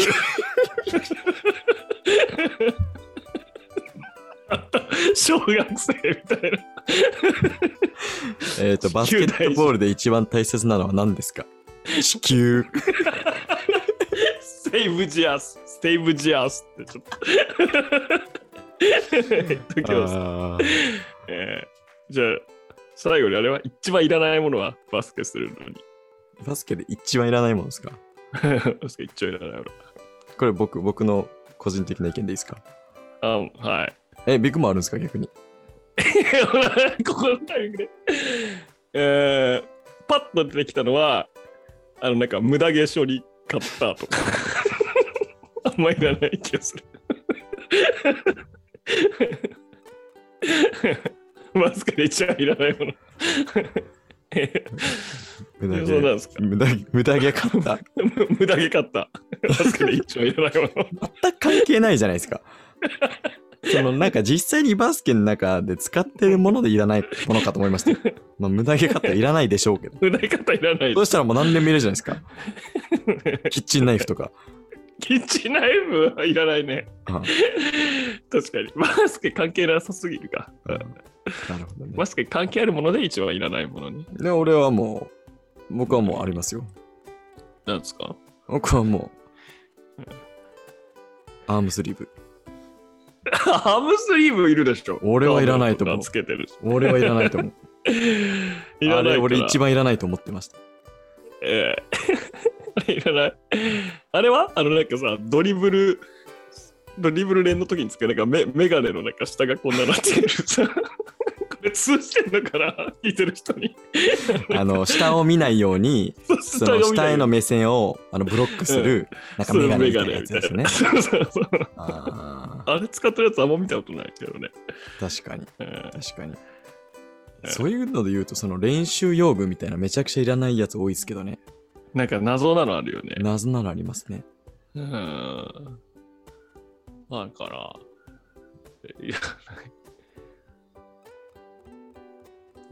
Speaker 1: あった小学生みたいな
Speaker 2: えっ、と、バスケットボールで一番大切なのは何ですか地球。
Speaker 1: ステイブジアスステイブジアスってちょっと言っときます
Speaker 2: あー
Speaker 1: えーじゃあ最後にあれは一番いらないものはバスケするのに。
Speaker 2: バスケで一番いらないものですか
Speaker 1: バスケ一番いらないも
Speaker 2: これ僕、僕の個人的な意見でいいですか
Speaker 1: の。あはい。
Speaker 2: え、ビッグもあるんですか逆に。
Speaker 1: [LAUGHS] ここのタイミングで。えー、パッと出てきたのは、あの、なんか無駄毛処理買ったとか。 [LAUGHS] あんまいらない気がする。 [LAUGHS] マスクで一番いらないもの。
Speaker 2: 無駄
Speaker 1: そうなん
Speaker 2: 毛。
Speaker 1: ですか。
Speaker 2: 無駄毛、無駄毛買った。
Speaker 1: 無駄毛買った。マスクで一番いらないもの。
Speaker 2: 全く関係ないじゃないです
Speaker 1: [LAUGHS]
Speaker 2: か。そのなんか実際にバスケの中で使ってるものでいらないものかと思いましたよ。まあ無駄毛買ったらいらないでしょうけど。
Speaker 1: 無駄毛買ったいらない
Speaker 2: そ。うしたらもう何でもいるじゃないです
Speaker 1: [LAUGHS]
Speaker 2: か。キッチンナイフとか。
Speaker 1: キッチンナイフはいらないね。
Speaker 2: あ
Speaker 1: 確かに。マスク関係なさすぎるか。
Speaker 2: あなるほどね。
Speaker 1: マスク関係あるもので一番いらないものに。
Speaker 2: で俺はもう僕はもうありますよ
Speaker 1: なんですか
Speaker 2: 僕はもうアームスリーブ
Speaker 1: ハムスリーブいるでしょ。
Speaker 2: 俺はいらないと思
Speaker 1: ガ
Speaker 2: う
Speaker 1: ムつけてるし。
Speaker 2: 俺はいらないと思う
Speaker 1: [LAUGHS] いら
Speaker 2: あ
Speaker 1: ないか
Speaker 2: れ
Speaker 1: ら。
Speaker 2: 俺一番いらないと思ってました
Speaker 1: え [LAUGHS] えあれいらない。あれはあのなんかさ、ドリブル、ドリブル連の時に使う、なんかメメガネのなんか下がこんななってるさ。 [LAUGHS] これ通じてんのかな聞いてる人に。
Speaker 2: あの下を見ないようにその下への目線をあのブロックするなんか
Speaker 1: そ
Speaker 2: メ
Speaker 1: う
Speaker 2: ガ
Speaker 1: メ
Speaker 2: ネみた
Speaker 1: ガ
Speaker 2: いな
Speaker 1: ネ
Speaker 2: や
Speaker 1: み
Speaker 2: つ
Speaker 1: たい
Speaker 2: で
Speaker 1: な。
Speaker 2: すよね
Speaker 1: そうそうそう。
Speaker 2: あ
Speaker 1: あれ使ってるやつあんま見たことないけどね。
Speaker 2: ー確かに
Speaker 1: うん
Speaker 2: 確かに
Speaker 1: え
Speaker 2: そういうので言うとその練習用具みたいなめちゃくちゃいらないやつ多いですけどね
Speaker 1: なんか謎なのあるよね。
Speaker 2: 謎なのありますね
Speaker 1: うん。だから、い [LAUGHS] らない。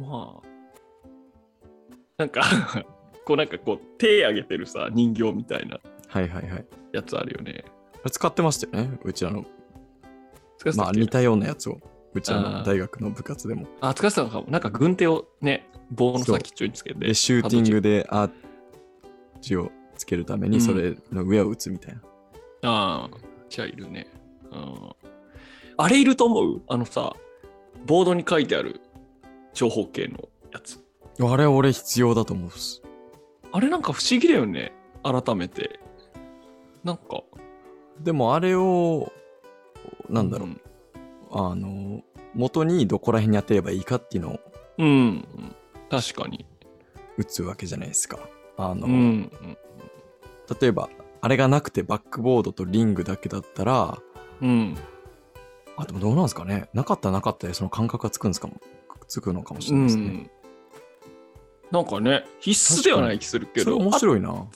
Speaker 1: まあ、なんか、 [LAUGHS] こうなんかこう手上げてるさ、人形みたいな
Speaker 2: はいはいはい
Speaker 1: やつあるよね。
Speaker 2: 使ってましたよねうちらの
Speaker 1: 使って
Speaker 2: ま
Speaker 1: た
Speaker 2: あ
Speaker 1: っけ
Speaker 2: 似たようなやつをうちら
Speaker 1: あ
Speaker 2: の
Speaker 1: ー
Speaker 2: 大学の部活でも
Speaker 1: あ、使ってたのかも。なんか軍手をね、棒の先っちょにつけて。
Speaker 2: でシューティングでアーチをつけるため
Speaker 1: う
Speaker 2: に
Speaker 1: ん
Speaker 2: それの上を打つみたいな、
Speaker 1: ああ、じゃあいるね。うん。あれいると思うあのさ、ボードに書いてある長方形のやつ。
Speaker 2: あれ俺必要だと思うっす
Speaker 1: あれなんか不思議だよね。改めて。なんか。
Speaker 2: でもあれをなんだろう、
Speaker 1: う。
Speaker 2: あの元にどこら辺に当てればいいかっていうのを
Speaker 1: うん。うん確かに。
Speaker 2: 打つわけじゃないですかあの、
Speaker 1: うん。うん
Speaker 2: 例えばあれがなくてバックボードとリングだけだったら
Speaker 1: うん。
Speaker 2: あでもどうなんですかねなかったらなかったでその感覚がつくんですかもつくのかもし
Speaker 1: う
Speaker 2: れないですね、
Speaker 1: ん。なんかね、必須ではない気するけ
Speaker 2: それ
Speaker 1: ど、
Speaker 2: 面白いな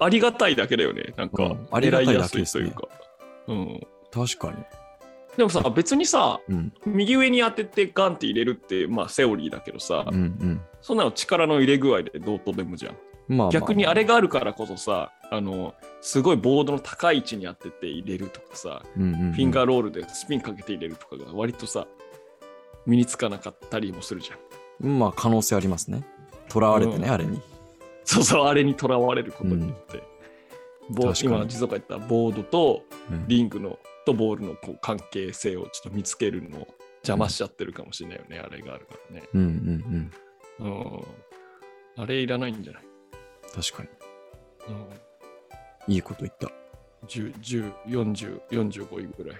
Speaker 1: あありがたいだけだよね。なんか、
Speaker 2: うんありがたいだけですね
Speaker 1: 狙いやすいというか。うん。
Speaker 2: 確かに
Speaker 1: でもさ、別にさ、
Speaker 2: うん
Speaker 1: 右上に当ててガンって入れるって、まあ、セオリーだけどさ、
Speaker 2: うんうん
Speaker 1: そんなの力の入れ具合でどうとでもじゃん。
Speaker 2: まあまあ
Speaker 1: 逆にあれがあるからこそさ、あの、すごいボードの高い位置に当てて入れるとかさ、
Speaker 2: うんうんうん
Speaker 1: フィンガーロールでスピンかけて入れるとかが割とさ、身につかなかったりもするじゃん。 [LAUGHS]
Speaker 2: まあ可能性ありますね。とらわれてね、
Speaker 1: うん
Speaker 2: あれに。
Speaker 1: そうそう、あれにとらわれることによって。ボ
Speaker 2: 確
Speaker 1: ー
Speaker 2: かに
Speaker 1: 今、地蔵が言ったボードと
Speaker 2: うん
Speaker 1: リングのとボールのこう関係性をちょっと見つけるのを邪魔しちゃってるかもしれないよね、あれがあるからね。
Speaker 2: うんうんうん。
Speaker 1: うん。あれいらないんじゃない、
Speaker 2: 確か
Speaker 1: うん、
Speaker 2: に。いいこと言った。
Speaker 1: ?10、10、40、45位ぐらい。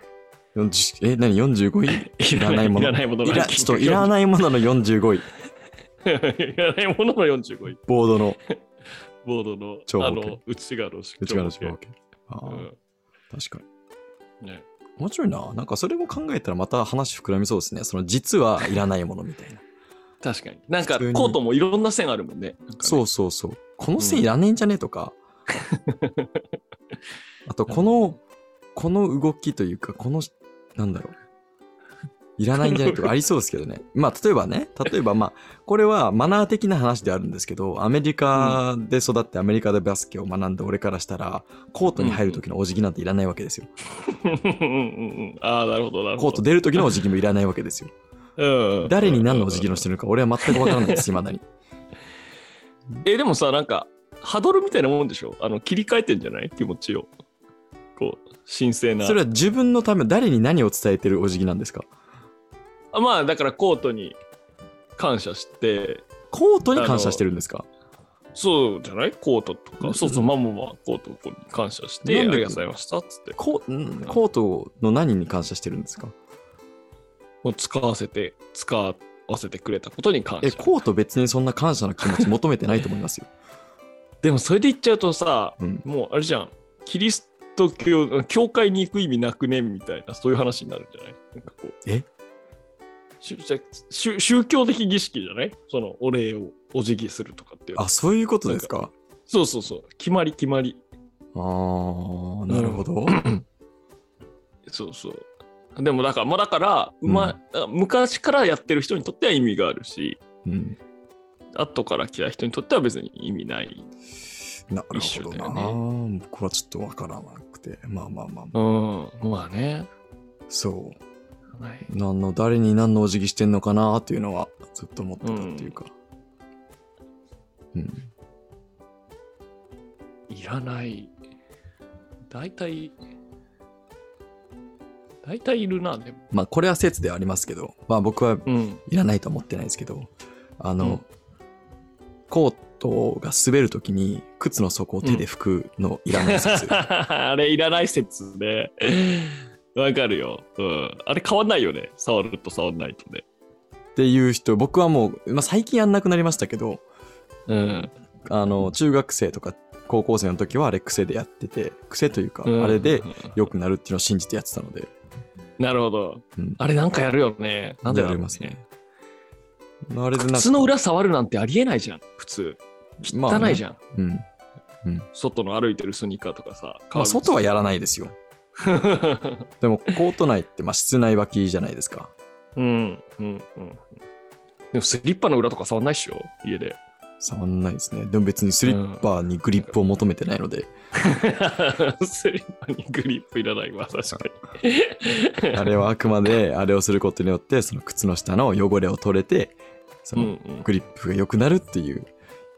Speaker 2: 40え、何 ?45
Speaker 1: [LAUGHS]
Speaker 2: 位
Speaker 1: いらないもの。いらないもの
Speaker 2: いらちょっといらないものの45位。
Speaker 1: [LAUGHS] い。いらないものの45位。
Speaker 2: ボードの
Speaker 1: ボードの、
Speaker 2: 長
Speaker 1: あ
Speaker 2: 方形
Speaker 1: の、内側のし
Speaker 2: 内側の長方
Speaker 1: 長
Speaker 2: 形。ああ
Speaker 1: 方、形
Speaker 2: 確かに。
Speaker 1: うんね。
Speaker 2: 面白いな。なんかそれも考えたらまた話膨らみそうですね。その実はいらないものみたいな。
Speaker 1: 確かに。なんか、
Speaker 2: 普通に
Speaker 1: コートもいろんな線あるもんね。なんかね
Speaker 2: そうそうそう。この線いらねえんじゃねえ
Speaker 1: [LAUGHS]
Speaker 2: とか。あと、この、この動きというか、この、なんだろう。いらないんじゃないとかありそうですけどね。まあ、例えばね、例えばまあ、これはマナー的な話であるんですけど、アメリカで育ってアメリカでバスケを学んだ俺からしたら、コートに入る時のお辞儀なんていらないわけですよ。
Speaker 1: うんうんうんああ、なるほど、なる
Speaker 2: コ
Speaker 1: ほ
Speaker 2: ート
Speaker 1: ど。
Speaker 2: 出る時のお辞儀もいらないわけですよ。
Speaker 1: うんうん
Speaker 2: 誰に何のお辞儀をしてるのか、俺は全くわからないです、未だに。
Speaker 1: え、でもさ、なんか、ハドルみたいなもんでしょあの、切り替えてんじゃない気持ちを。こう、神聖 [LAUGHS] な。
Speaker 2: それは自分のため、誰に何を伝えてるお辞儀なんですか
Speaker 1: あまあ、だからコートに、感謝して、
Speaker 2: コートに感謝してるんですか
Speaker 1: そうじゃないコートとか、そうそう、まあまあまあ、コートに感謝して、あ
Speaker 2: なん
Speaker 1: り
Speaker 2: で
Speaker 1: がとうございましたっつって、
Speaker 2: コんコートの何に感謝してるんですか
Speaker 1: もう使わせて、使わせてくれたことに感
Speaker 2: え、
Speaker 1: 謝。
Speaker 2: コート別にそんな感謝の気持ち求めてないと思います [LAUGHS] よ。
Speaker 1: でもそれで言っちゃうとさ、
Speaker 2: うん
Speaker 1: もうあれじゃん、キリスト教、教会に行く意味なくねみたいな、そういう話になるんじゃないなんかこう。
Speaker 2: え
Speaker 1: しゅじゃ宗宗教的儀式じゃないそのお礼をお辞儀するとかっていう。
Speaker 2: あ、そういうことですか
Speaker 1: そうそうそう。決まり決まり。
Speaker 2: あー、なるほど。
Speaker 1: そうそう。でもだから、まあ、だから、うま昔からやってる人にとっては意味があるし、
Speaker 2: うん。
Speaker 1: 後から来た人にとっては別に意味ない。
Speaker 2: なる
Speaker 1: 一
Speaker 2: ほ
Speaker 1: 緒
Speaker 2: ど
Speaker 1: だ
Speaker 2: な。
Speaker 1: よね
Speaker 2: 僕はちょっとわからなくて。まあまあまあまあ。
Speaker 1: うん。まあね。
Speaker 2: そう。
Speaker 1: はい
Speaker 2: 何の誰に何のお辞儀してんのかなっていうのはずっと思ってたっていうか、うん
Speaker 1: いらない。大体、大体いるな、でも。
Speaker 2: まあこれは説ではありますけどまあ僕は
Speaker 1: うん。
Speaker 2: いらないとは思ってないですけどあの、
Speaker 1: うん
Speaker 2: コートが滑るときに靴の底を手で拭くのいらない説、
Speaker 1: [LAUGHS] あれ、いらない説ね。わかるよ。うん。あれ、変わんないよね。触ると触んないとね。
Speaker 2: っていう人僕はもう、まあ、最近やんなくなりましたけど
Speaker 1: うん。
Speaker 2: あの中学生とか高校生の時はあれ癖でやってて癖というか、あれで
Speaker 1: うん、
Speaker 2: 良くなるっていうのを信じてやってたので、
Speaker 1: なるほど。
Speaker 2: うん
Speaker 1: あれ、なんかやるよね。なんでだ
Speaker 2: や
Speaker 1: ろう
Speaker 2: りますね。あれでなんか
Speaker 1: 靴の裏触るなんてありえないじゃん、普通。
Speaker 2: まあ
Speaker 1: 汚
Speaker 2: ね
Speaker 1: いじゃん。
Speaker 2: うん。
Speaker 1: 外の歩いてるスニーカーとかさ。
Speaker 2: まあ、外はやら
Speaker 1: い。
Speaker 2: ないですよ。でも、コート内って、まあ、室内履きじゃないですか。
Speaker 1: [LAUGHS] うん。うん。うん。でも、スリッパの裏とか触んないっしょ、家で。
Speaker 2: 触んないですね。でも別にスリッパにグリップを求めてないので、
Speaker 1: スリッパにグリップいらないわ、確か
Speaker 2: あれはあくまで、あれをすることによって、その靴の下の汚れを取れて、そ
Speaker 1: に。う
Speaker 2: の
Speaker 1: んうん
Speaker 2: グリップが良くなるっていう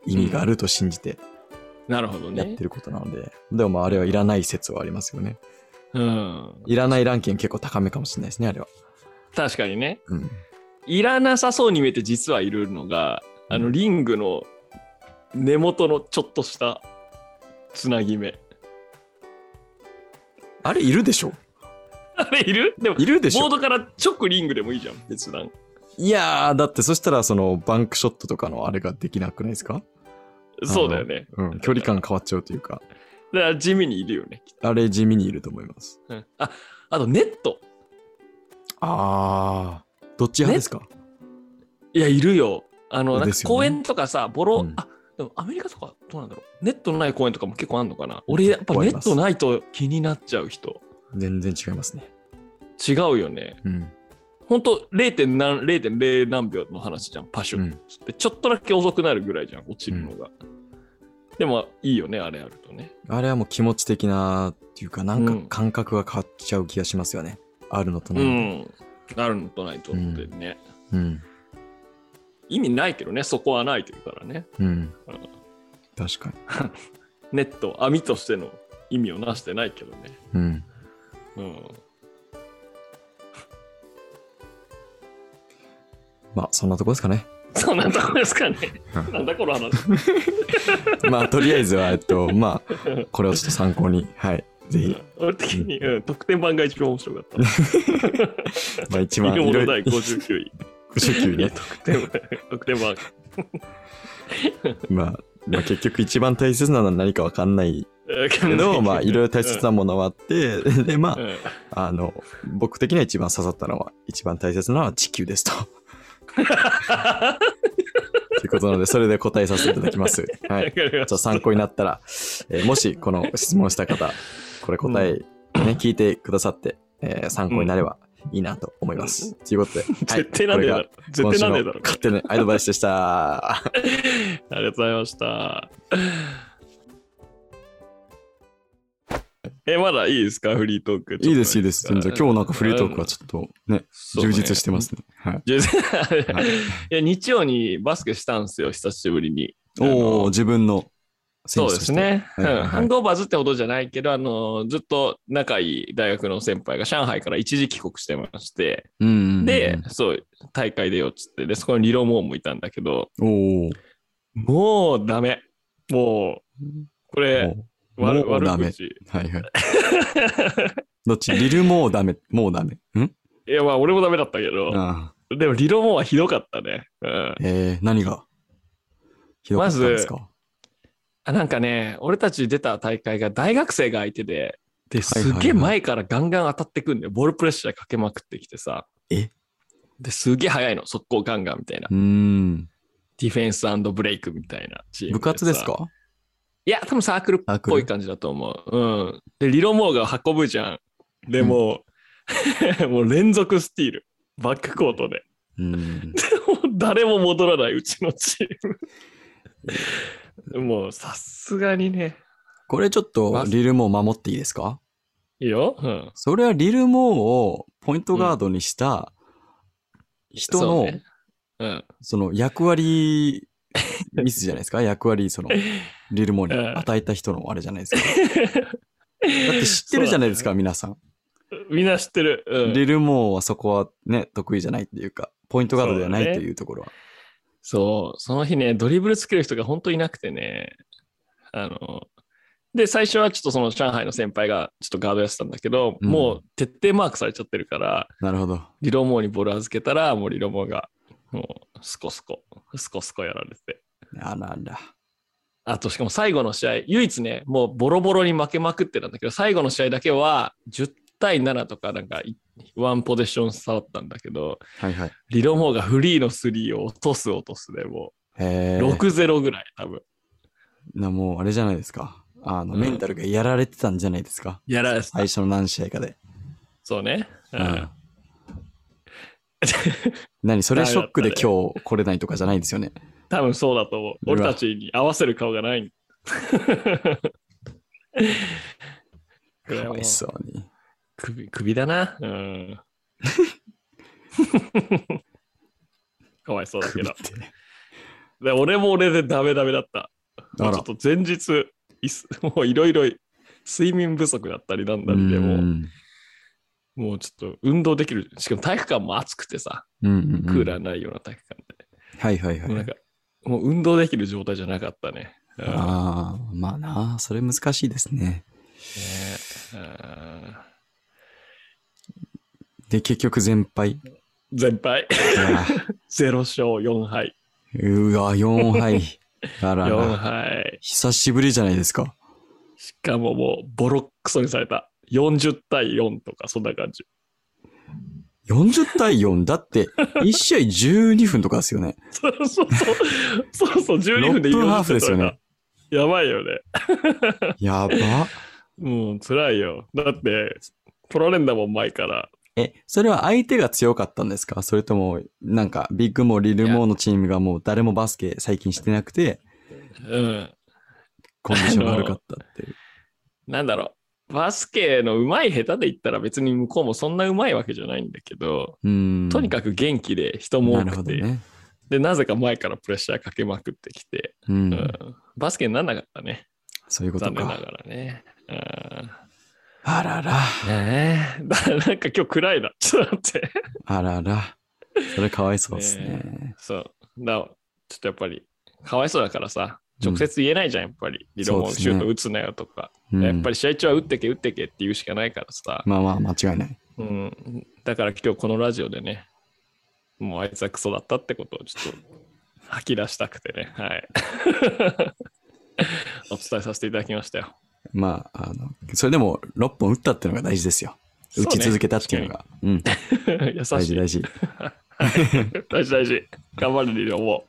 Speaker 2: 意味があると信じて
Speaker 1: なるほど
Speaker 2: やっ
Speaker 1: ね
Speaker 2: て。ることなので、でもまあ、あれはいらない説はありますよね。
Speaker 1: うん。
Speaker 2: いらないランキング結構高めかもしれないですね、あれは。
Speaker 1: 確かにね。
Speaker 2: うん。
Speaker 1: いらなさそうに見えて実はいるのが、あの、リングの根元のちょっとしたつなぎ目。 [LAUGHS]
Speaker 2: あれいるでしょ
Speaker 1: あれいるでも、
Speaker 2: いるでし
Speaker 1: ボー
Speaker 2: ょ
Speaker 1: ドから直リングでもいいじゃん、別段。
Speaker 2: いやー、だってそしたらそのバンクショットとかのあれができなくないですか
Speaker 1: そうだよね。
Speaker 2: うん、距離感変わっちゃうというか、
Speaker 1: だから地味にいるよね。
Speaker 2: あれ地味にいると思います。
Speaker 1: うんあ、あとネット。
Speaker 2: ああ、どっち派ですか、
Speaker 1: いや、いるよ。あの、なん
Speaker 2: で
Speaker 1: か
Speaker 2: すよね
Speaker 1: 公園とかさ、ボロ、
Speaker 2: うん
Speaker 1: あ、でもアメリカとかどうなんだろう。ネットのない公園とかも結構あんのかな。俺、やっぱ
Speaker 2: 結構あ
Speaker 1: ネ
Speaker 2: りま
Speaker 1: ッ
Speaker 2: す
Speaker 1: トないと気になっちゃう人。
Speaker 2: 全然違いますね。
Speaker 1: 違うよね。
Speaker 2: うん。
Speaker 1: ほんと、0. 何0.0何秒の話じゃん、パシュ
Speaker 2: う
Speaker 1: ッ
Speaker 2: ん、
Speaker 1: つって、ちょっとだけ遅くなるぐらいじゃん、落ちるのが。でも、いいよね、あれあるとね。
Speaker 2: あれはもう気持ち的なっていうか、なんか感覚が変わっちゃう気がしますよね。あるのと
Speaker 1: う
Speaker 2: ないので。
Speaker 1: ん。あるのとないとってね。
Speaker 2: うん。
Speaker 1: 意味ないけどね、そこはないというからね。
Speaker 2: うん。
Speaker 1: あの
Speaker 2: 確か
Speaker 1: ネット、網としての意味をなしてないけどね。
Speaker 2: に。うん。
Speaker 1: うん。
Speaker 2: まあ、そんなとこですかね。 [LAUGHS]
Speaker 1: そんなとこですかね
Speaker 2: う。ん
Speaker 1: なんだこの話。
Speaker 2: まあ、とりあえずは、えっと、まあ、これをちょっと参考に、はい。ぜひ、
Speaker 1: 俺的に、うん、得点番が一番面白か
Speaker 2: [LAUGHS]
Speaker 1: った。
Speaker 2: まあ、一
Speaker 1: 見
Speaker 2: [LAUGHS] 番
Speaker 1: るもの第
Speaker 2: いろいろ
Speaker 1: 59位。
Speaker 2: [LAUGHS] 59
Speaker 1: いや
Speaker 2: ね。
Speaker 1: 得点番、得点番。
Speaker 2: まあ、まあ、結局一番大切なのは何かわかんないけど、まあ、いろいろ大切なものはあって、で、ま
Speaker 1: うん。うん
Speaker 2: あ、あの、僕的には一番刺さったのは、一番大切なのは地球で
Speaker 1: [LAUGHS]
Speaker 2: すと。ということなので、それで答えさせていただきます。は
Speaker 1: わ
Speaker 2: い。
Speaker 1: かりま
Speaker 2: ちょっと
Speaker 1: した
Speaker 2: 参考になったら、えーもしこの質問した方、これ答え、ね、聞いてくださって、えー参考になればいいなと思います。ということで、はい
Speaker 1: [LAUGHS] 絶対なんでだ
Speaker 2: こ
Speaker 1: ろ
Speaker 2: れが。
Speaker 1: 絶対なんでだろ
Speaker 2: 今週の。勝手なアドバイスで
Speaker 1: [LAUGHS]
Speaker 2: した。
Speaker 1: ありがとうございました。え、まだいいですかフリートーク。
Speaker 2: いいです、いいです。全然。今日なんかフリートークは
Speaker 1: ちょっ
Speaker 2: ちょっとね、
Speaker 1: とうん
Speaker 2: 充実してま。すね。は
Speaker 1: [LAUGHS]
Speaker 2: い。
Speaker 1: そうね
Speaker 2: はい
Speaker 1: いや日曜にバスケしたんですよ、久しぶりに。
Speaker 2: おお自分の選
Speaker 1: そう
Speaker 2: 手
Speaker 1: で
Speaker 2: とし
Speaker 1: す。
Speaker 2: て
Speaker 1: ね。う
Speaker 2: 選手としてはいはい
Speaker 1: ん。
Speaker 2: はい
Speaker 1: ハンドオーバーズってほどじゃないけど、あの、ずっと仲いい大学の先輩が上海から一時帰国してまして、
Speaker 2: うんうんうん
Speaker 1: で、、そう、大会出ようっつって、で、そこにリロモーもいたんだけど、
Speaker 2: おー
Speaker 1: もうダメ。もう、これ、
Speaker 2: お
Speaker 1: 悪
Speaker 2: もうダ
Speaker 1: 悪
Speaker 2: メ
Speaker 1: 口。
Speaker 2: ーはいはい。どっちリルもうダメ、もうダメ。ん
Speaker 1: いや、まあ、俺もダメだったけど、
Speaker 2: ああ
Speaker 1: でも、リロモーはひどかったね。うん。
Speaker 2: えー、何がひどかったんですか
Speaker 1: あなんかね、俺たち出た大会が大学生が相手で、で、
Speaker 2: はいはい
Speaker 1: すげえ前からガンガン当たってくんだよ。ボールプレッシャーかけまくってきてさ。
Speaker 2: え
Speaker 1: で、すげえ速いの。速攻ガンガンみたいな
Speaker 2: う。ーん。
Speaker 1: ディフェンスブレイクみたいなチーム
Speaker 2: 部
Speaker 1: さ
Speaker 2: 活ですか
Speaker 1: いや、多分サークル
Speaker 2: サー
Speaker 1: っ
Speaker 2: ク
Speaker 1: ぽい
Speaker 2: ル
Speaker 1: 感じだと思う。うん。で、リロモーが運ぶじゃん。でも、 [LAUGHS] もう連続スティール。バックコートで。 [LAUGHS]
Speaker 2: うん。
Speaker 1: もう誰も戻らないうちのチ
Speaker 2: [LAUGHS]
Speaker 1: ーム。もう、さすがにね。
Speaker 2: これちょっとリルもう守っていいですか
Speaker 1: いいよ。うん。
Speaker 2: それはリルモーをポイントガードにした人
Speaker 1: そ
Speaker 2: の
Speaker 1: うねうん。
Speaker 2: その役割ミスじゃないですか [LAUGHS] 役割そのリルモーに与えた人のあれじゃない
Speaker 1: [LAUGHS]
Speaker 2: ですか。だって知ってるじゃないですか、皆さん。
Speaker 1: みんな知ってる。うん
Speaker 2: リルモーはそこはね、得意じゃないっていうか、ポイントガードではな
Speaker 1: そうだ
Speaker 2: い
Speaker 1: ね
Speaker 2: というところは。
Speaker 1: そう、その日ね、ドリブルつける人が本当いなくてね、あの、で、最初はちょっとその上海の先輩がちょっとガードやってたんだけど、
Speaker 2: うん
Speaker 1: もう徹底マークされちゃってるから、
Speaker 2: なるほど。
Speaker 1: リロモーにボール預けたら、もうリロモーが、もう、スコスコ、スコスコやられて。
Speaker 2: あらら。
Speaker 1: あと、しかも最後の試合、唯一ね、もうボロボロに負けまくってたんだけど、最後の試合だけは、10対7とか、なんか、いワンポジション差だったんだけど、
Speaker 2: はいはい。
Speaker 1: リロモーがフリーのスリーを落とす落とすで、もう、
Speaker 2: えー、
Speaker 1: 6-0ぐらい、多分。
Speaker 2: なもうあれじゃないですか。あの、
Speaker 1: うん
Speaker 2: メンタルがやられてたんじゃないですか。
Speaker 1: やられてた
Speaker 2: 最初の何試合かで。
Speaker 1: そうね。うん
Speaker 2: うん何それショックで今日来れないとかじゃないんですよね。
Speaker 1: 多分そうだと思う。
Speaker 2: うわ
Speaker 1: 俺たちに合わせる顔がない。
Speaker 2: かわい
Speaker 1: [LAUGHS]
Speaker 2: そうに。
Speaker 1: 首首だな。うん。 [LAUGHS] かわいそうだけ
Speaker 2: 首っ
Speaker 1: ど。
Speaker 2: て。
Speaker 1: で俺も俺でダメダメだった。も
Speaker 2: あ
Speaker 1: うちょ
Speaker 2: ら
Speaker 1: っ。と前日、いす [LAUGHS] もういろいろ睡眠不足だったりなんだりで
Speaker 2: う
Speaker 1: もう、
Speaker 2: ん
Speaker 1: もうちょっと運動できる。しかも体育館も暑くてさ、
Speaker 2: うんうん、
Speaker 1: クーラーないような体育館で。
Speaker 2: はいはいはい
Speaker 1: もう
Speaker 2: は
Speaker 1: なん
Speaker 2: い。
Speaker 1: か、もう運動できる状態じゃなかったね。うん
Speaker 2: ああ、まあなあ、それ難しいですね。
Speaker 1: ねえ
Speaker 2: で、結局全
Speaker 1: [LAUGHS]
Speaker 2: 敗。
Speaker 1: うん全敗。 [LAUGHS]
Speaker 2: いや
Speaker 1: 0勝4敗。
Speaker 2: うわ、4敗。あら
Speaker 1: 4
Speaker 2: ら。
Speaker 1: 敗。
Speaker 2: 久しぶりじゃないですか。
Speaker 1: しかももうボロックソにされた。40対4とか、そんな感じ。 [LAUGHS]
Speaker 2: 40対4。だって、1試合12分とかですよね。
Speaker 1: そうそうそう。そうそう、12分で
Speaker 2: 6分ハー
Speaker 1: 40
Speaker 2: フですよね
Speaker 1: 点取れたやばいよね。
Speaker 2: やば。
Speaker 1: もう辛いよ。だって、プロ連打もうまいから。
Speaker 2: え、それは相手が強かったんですかそれとも、なんか、ビッグもリルモーのチームがもう誰もバスケ最近してなくて、
Speaker 1: うん。
Speaker 2: コンディションが悪かったって
Speaker 1: [LAUGHS]
Speaker 2: いう。
Speaker 1: なんだろう。バスケの上手い下手で言ったら別に向こうもそんな上手いわけじゃないんだけど、
Speaker 2: うん。
Speaker 1: とにかく元気で人も多
Speaker 2: なるほ
Speaker 1: く
Speaker 2: ど
Speaker 1: て、
Speaker 2: ね。
Speaker 1: で、なぜか前からプレッシャーかけまくってきて、
Speaker 2: うん。
Speaker 1: うんバスケにならなかったね。
Speaker 2: そういうこと
Speaker 1: 残念な
Speaker 2: か。
Speaker 1: がらね。うん
Speaker 2: あらら。
Speaker 1: ねえ。 [LAUGHS] だなんか今日暗いな。ちょっと待って。
Speaker 2: あらら。それかわいそうですね。
Speaker 1: そう。だちょっとやっぱり、かわいそうだからさ、直接言えないじゃん、やっぱり。理論を
Speaker 2: そうですね
Speaker 1: シュート打つなよとか。
Speaker 2: うん
Speaker 1: やっぱり試合中は打ってけ、打ってけって言うしかないからさ。
Speaker 2: まあまあ、間違いない。
Speaker 1: うん。だから今日このラジオでね、もうあいつはクソだったってことをちょっと吐き出したくてね。はい。 [LAUGHS] お伝えさせていただきましたよ。
Speaker 2: まあ、あの、それでも6本打ったっていうのが大事ですよ。
Speaker 1: そう
Speaker 2: 打
Speaker 1: ね
Speaker 2: ち続けたっていうのが。うん。
Speaker 1: 優
Speaker 2: 大
Speaker 1: し
Speaker 2: 事
Speaker 1: い。
Speaker 2: 大事。
Speaker 1: 大事大事。頑張る理論も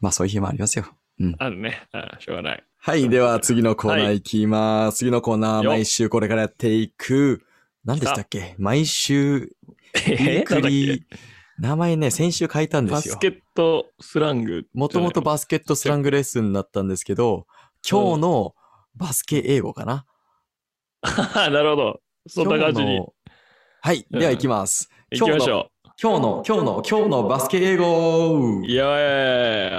Speaker 2: まあそういう日もありますよ。うん。
Speaker 1: あるね。あしょうがない。
Speaker 2: はい。では次のコーナ
Speaker 1: は
Speaker 2: ー
Speaker 1: い
Speaker 2: いきます。次のコーナー、
Speaker 1: よ
Speaker 2: 毎週これからやっていく。何でしたっけ毎週、ウィークリー。名前ね、先週変えたんで
Speaker 1: バ
Speaker 2: す
Speaker 1: ス
Speaker 2: よ
Speaker 1: ケ。ットスラング。
Speaker 2: もともとバスケットスラングレッスンだったんですけど、今日のバスケ英語かな。
Speaker 1: あ [LAUGHS] なるほど。そんな感じに
Speaker 2: 今日。の。はい。では行きます。
Speaker 1: 行きましょ
Speaker 2: 今日の、今日の、今日のバスケ英語
Speaker 1: う。イエ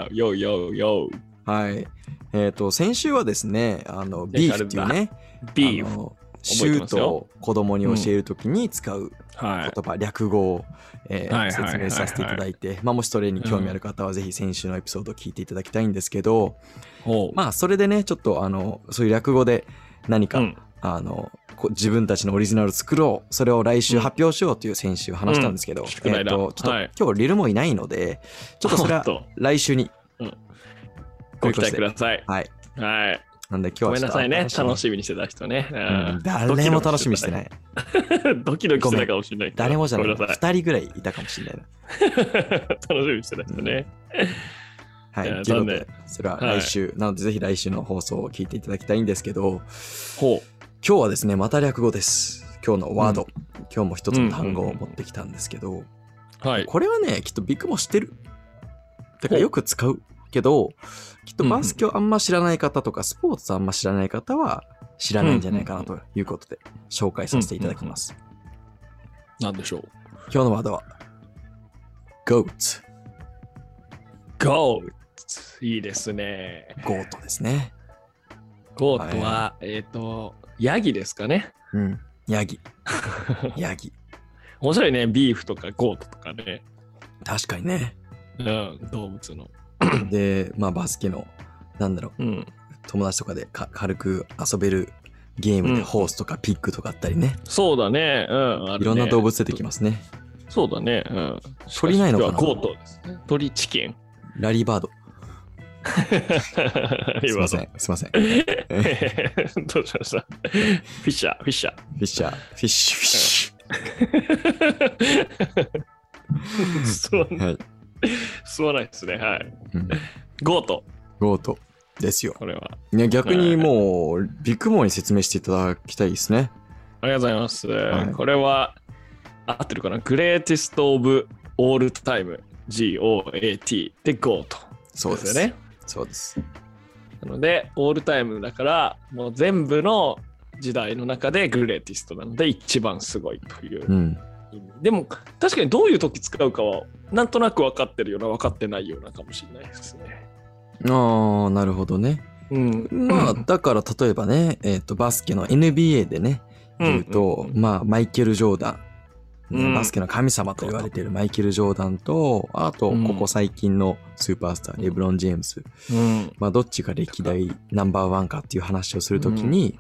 Speaker 1: ーイ !Yo, yo, yo!
Speaker 2: はい。えっ、と、先週はですね、あの、ビーフっていうね、
Speaker 1: ビー
Speaker 2: あ
Speaker 1: フ。
Speaker 2: のシ
Speaker 1: 覚え
Speaker 2: ュ
Speaker 1: て
Speaker 2: ー
Speaker 1: ます
Speaker 2: ト
Speaker 1: よ
Speaker 2: を子供に教えるときに使う
Speaker 1: は
Speaker 2: 言
Speaker 1: い。
Speaker 2: 葉、略語を、えー
Speaker 1: はいはいはいはい
Speaker 2: 説明させていただいて、まあ、もしそれに興味ある方はぜひ先週のエピソードを聞いていただきたいんですけど、
Speaker 1: おう
Speaker 2: まあそれでねちょっとあのそういう略語で何か、
Speaker 1: うん
Speaker 2: あのこう自分たちのオリジナルを作ろうそれを来週
Speaker 1: うん
Speaker 2: 発表しようという先週話したんですけど、
Speaker 1: うん宿題だ
Speaker 2: とちょっと、
Speaker 1: はい
Speaker 2: 今日リルもいないのでちょっとそ
Speaker 1: [LAUGHS]
Speaker 2: れは
Speaker 1: おっと
Speaker 2: 来週に
Speaker 1: うんご期待ください。
Speaker 2: はい
Speaker 1: はい。
Speaker 2: なんで今日は
Speaker 1: ごめんなさいね。
Speaker 2: ちょっと
Speaker 1: 楽しみにしてた人ね。
Speaker 2: う
Speaker 1: うんん
Speaker 2: 誰も楽しみにしてない。
Speaker 1: [LAUGHS] ドキドキしてたかもしれないけど。
Speaker 2: 誰もじゃない
Speaker 1: ごめんなさい。
Speaker 2: 2人ぐらいいたかもしれないな
Speaker 1: [LAUGHS] 楽しみにしてた人ね。
Speaker 2: はい
Speaker 1: いや
Speaker 2: という
Speaker 1: 残
Speaker 2: ことでそれは来週、なのでぜひ来週の放送を聞いていただきたいんですけど
Speaker 1: ほ
Speaker 2: 今日はですねまた略語です今日のワード、今日も一つの単語を持ってきたんですけど、
Speaker 1: う。はい。
Speaker 2: これはね、きっとビッグも知ってる。だか
Speaker 1: ほ
Speaker 2: ら
Speaker 1: う
Speaker 2: よく使うけど、きっと
Speaker 1: うんうん
Speaker 2: バスケをあんま知らない方とか、スポーツあんま知らない方は知らないんじゃないかなということで、紹介させていただきます。
Speaker 1: なんでしょう。
Speaker 2: 今日のワードは、GOAT、
Speaker 1: ゴート。いいですね。
Speaker 2: ゴートですね。
Speaker 1: ゴートは、えっと、ヤギですかね。
Speaker 2: うん。ヤギ。 [LAUGHS] ヤギ。
Speaker 1: 面白いね。ビーフとかゴートとかね。
Speaker 2: 確かにね。
Speaker 1: うん、動物の。
Speaker 2: で、まあバスケの、なんだろう、
Speaker 1: うん。
Speaker 2: 友達とかでか軽く遊べるゲーム
Speaker 1: う
Speaker 2: で
Speaker 1: ん
Speaker 2: ホースとかピッグとかあったりね。
Speaker 1: そうだね。うん。あるね
Speaker 2: いろんな動物出てきますね。
Speaker 1: そうだね。うん。
Speaker 2: 鳥ないのかな
Speaker 1: 今日はゴートですね。鳥チキ
Speaker 2: [LAUGHS]
Speaker 1: ン。 [LAUGHS]
Speaker 2: ラリーバード。すいませ
Speaker 1: ん。
Speaker 2: ん。すいません。
Speaker 1: どうしましたフィッシャー、フィッシャ
Speaker 2: フィッシャー、フィッシュ、フィッシ
Speaker 1: ー。吸わ
Speaker 2: ュ。はい。
Speaker 1: 吸わないですね。はい。
Speaker 2: うん
Speaker 1: ゴート、
Speaker 2: ゴートですよ。
Speaker 1: これは。
Speaker 2: いや、逆にもう、ビッグモーに説明していただきたいですね。
Speaker 1: ありがとうございます。
Speaker 2: い
Speaker 1: これは、合ってるかなグレーティスト・オブ・オール・タイム、GOAT でゴート。
Speaker 2: そうです
Speaker 1: よね。。
Speaker 2: そうです。
Speaker 1: なので、オールタイムだから、もう全部の時代の中でグレーティストなので、一番すごいという
Speaker 2: うん。
Speaker 1: 意味でも確かにどういう時使うかはなんとなく分かってるような分かってないようなかもしれないですね。
Speaker 2: ああ、なるほどね。
Speaker 1: うん
Speaker 2: まあ、だから、例えばね、えっ、と、バスケの NBA でね、言うと、まあ、マイケル・ジョーダン、
Speaker 1: う
Speaker 2: ね
Speaker 1: ん
Speaker 2: バスケの神様と言われているマイケル・ジョーダンと、あと、
Speaker 1: うん
Speaker 2: ここ最近のスーパースター、レブロン・ジェームス。
Speaker 1: うん
Speaker 2: まあ、どっちが歴代ナンバーワンかっていう話をするときに、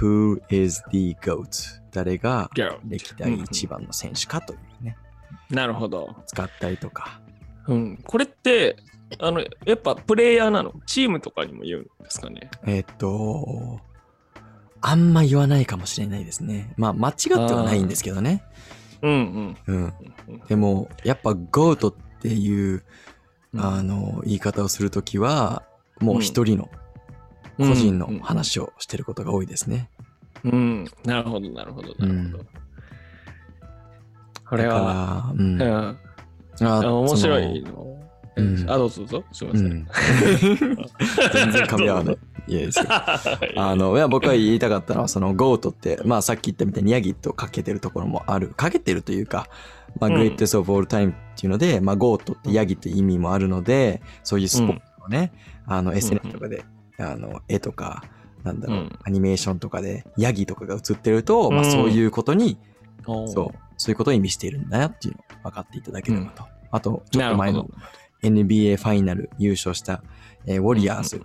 Speaker 2: Who is the GOAT? 誰が
Speaker 1: ギャロ
Speaker 2: 歴代一番の選手かというね、
Speaker 1: なるほど、
Speaker 2: 使ったりとか。
Speaker 1: うん。これってあのやっぱプレイヤーなのチームとかにも言うんですかね。
Speaker 2: えっと、あんま言わないかもしれないですね。まあ、間違ってはないんですけどね。
Speaker 1: うん
Speaker 2: うん。
Speaker 1: うんうん。
Speaker 2: でも、やっぱ GOAT っていう、
Speaker 1: う
Speaker 2: あ
Speaker 1: ん
Speaker 2: の、言い方をするときは、もう一人の個人の話をしてることが多いですね。
Speaker 1: うん、うんなるほどなるほどなるほど。
Speaker 2: うん
Speaker 1: これは、
Speaker 2: は、うん
Speaker 1: う。ん、
Speaker 2: あ
Speaker 1: あ面白
Speaker 2: その
Speaker 1: いの。
Speaker 2: うん
Speaker 1: あどうぞどうぞすみま
Speaker 2: う
Speaker 1: せん。 [LAUGHS]
Speaker 2: ん、全然噛み合わない。いやいいですよあ
Speaker 1: あ
Speaker 2: のいや僕が言いたかったのはそのゴートって、まあ、さっき言ったみたいにヤギとかけてるところもあるかけてるというか、まあ、
Speaker 1: うん
Speaker 2: グレイテスト・オブ・オール・タイムっていうので、まあ、ゴートってヤギって意味もあるのでそういうスポットをね、あの SNS とかで、あの絵とかなんだろう、
Speaker 1: うん
Speaker 2: アニメーションとかでヤギとかが映ってると、まあ、
Speaker 1: うん
Speaker 2: そういうことに、
Speaker 1: おー
Speaker 2: そうそういうことを意味しているんだなっていうのを分かっていただければと、あとちょっと前
Speaker 1: なるほ
Speaker 2: の
Speaker 1: ど
Speaker 2: NBA ファイナル優勝した、えーウォリアーズ
Speaker 1: うん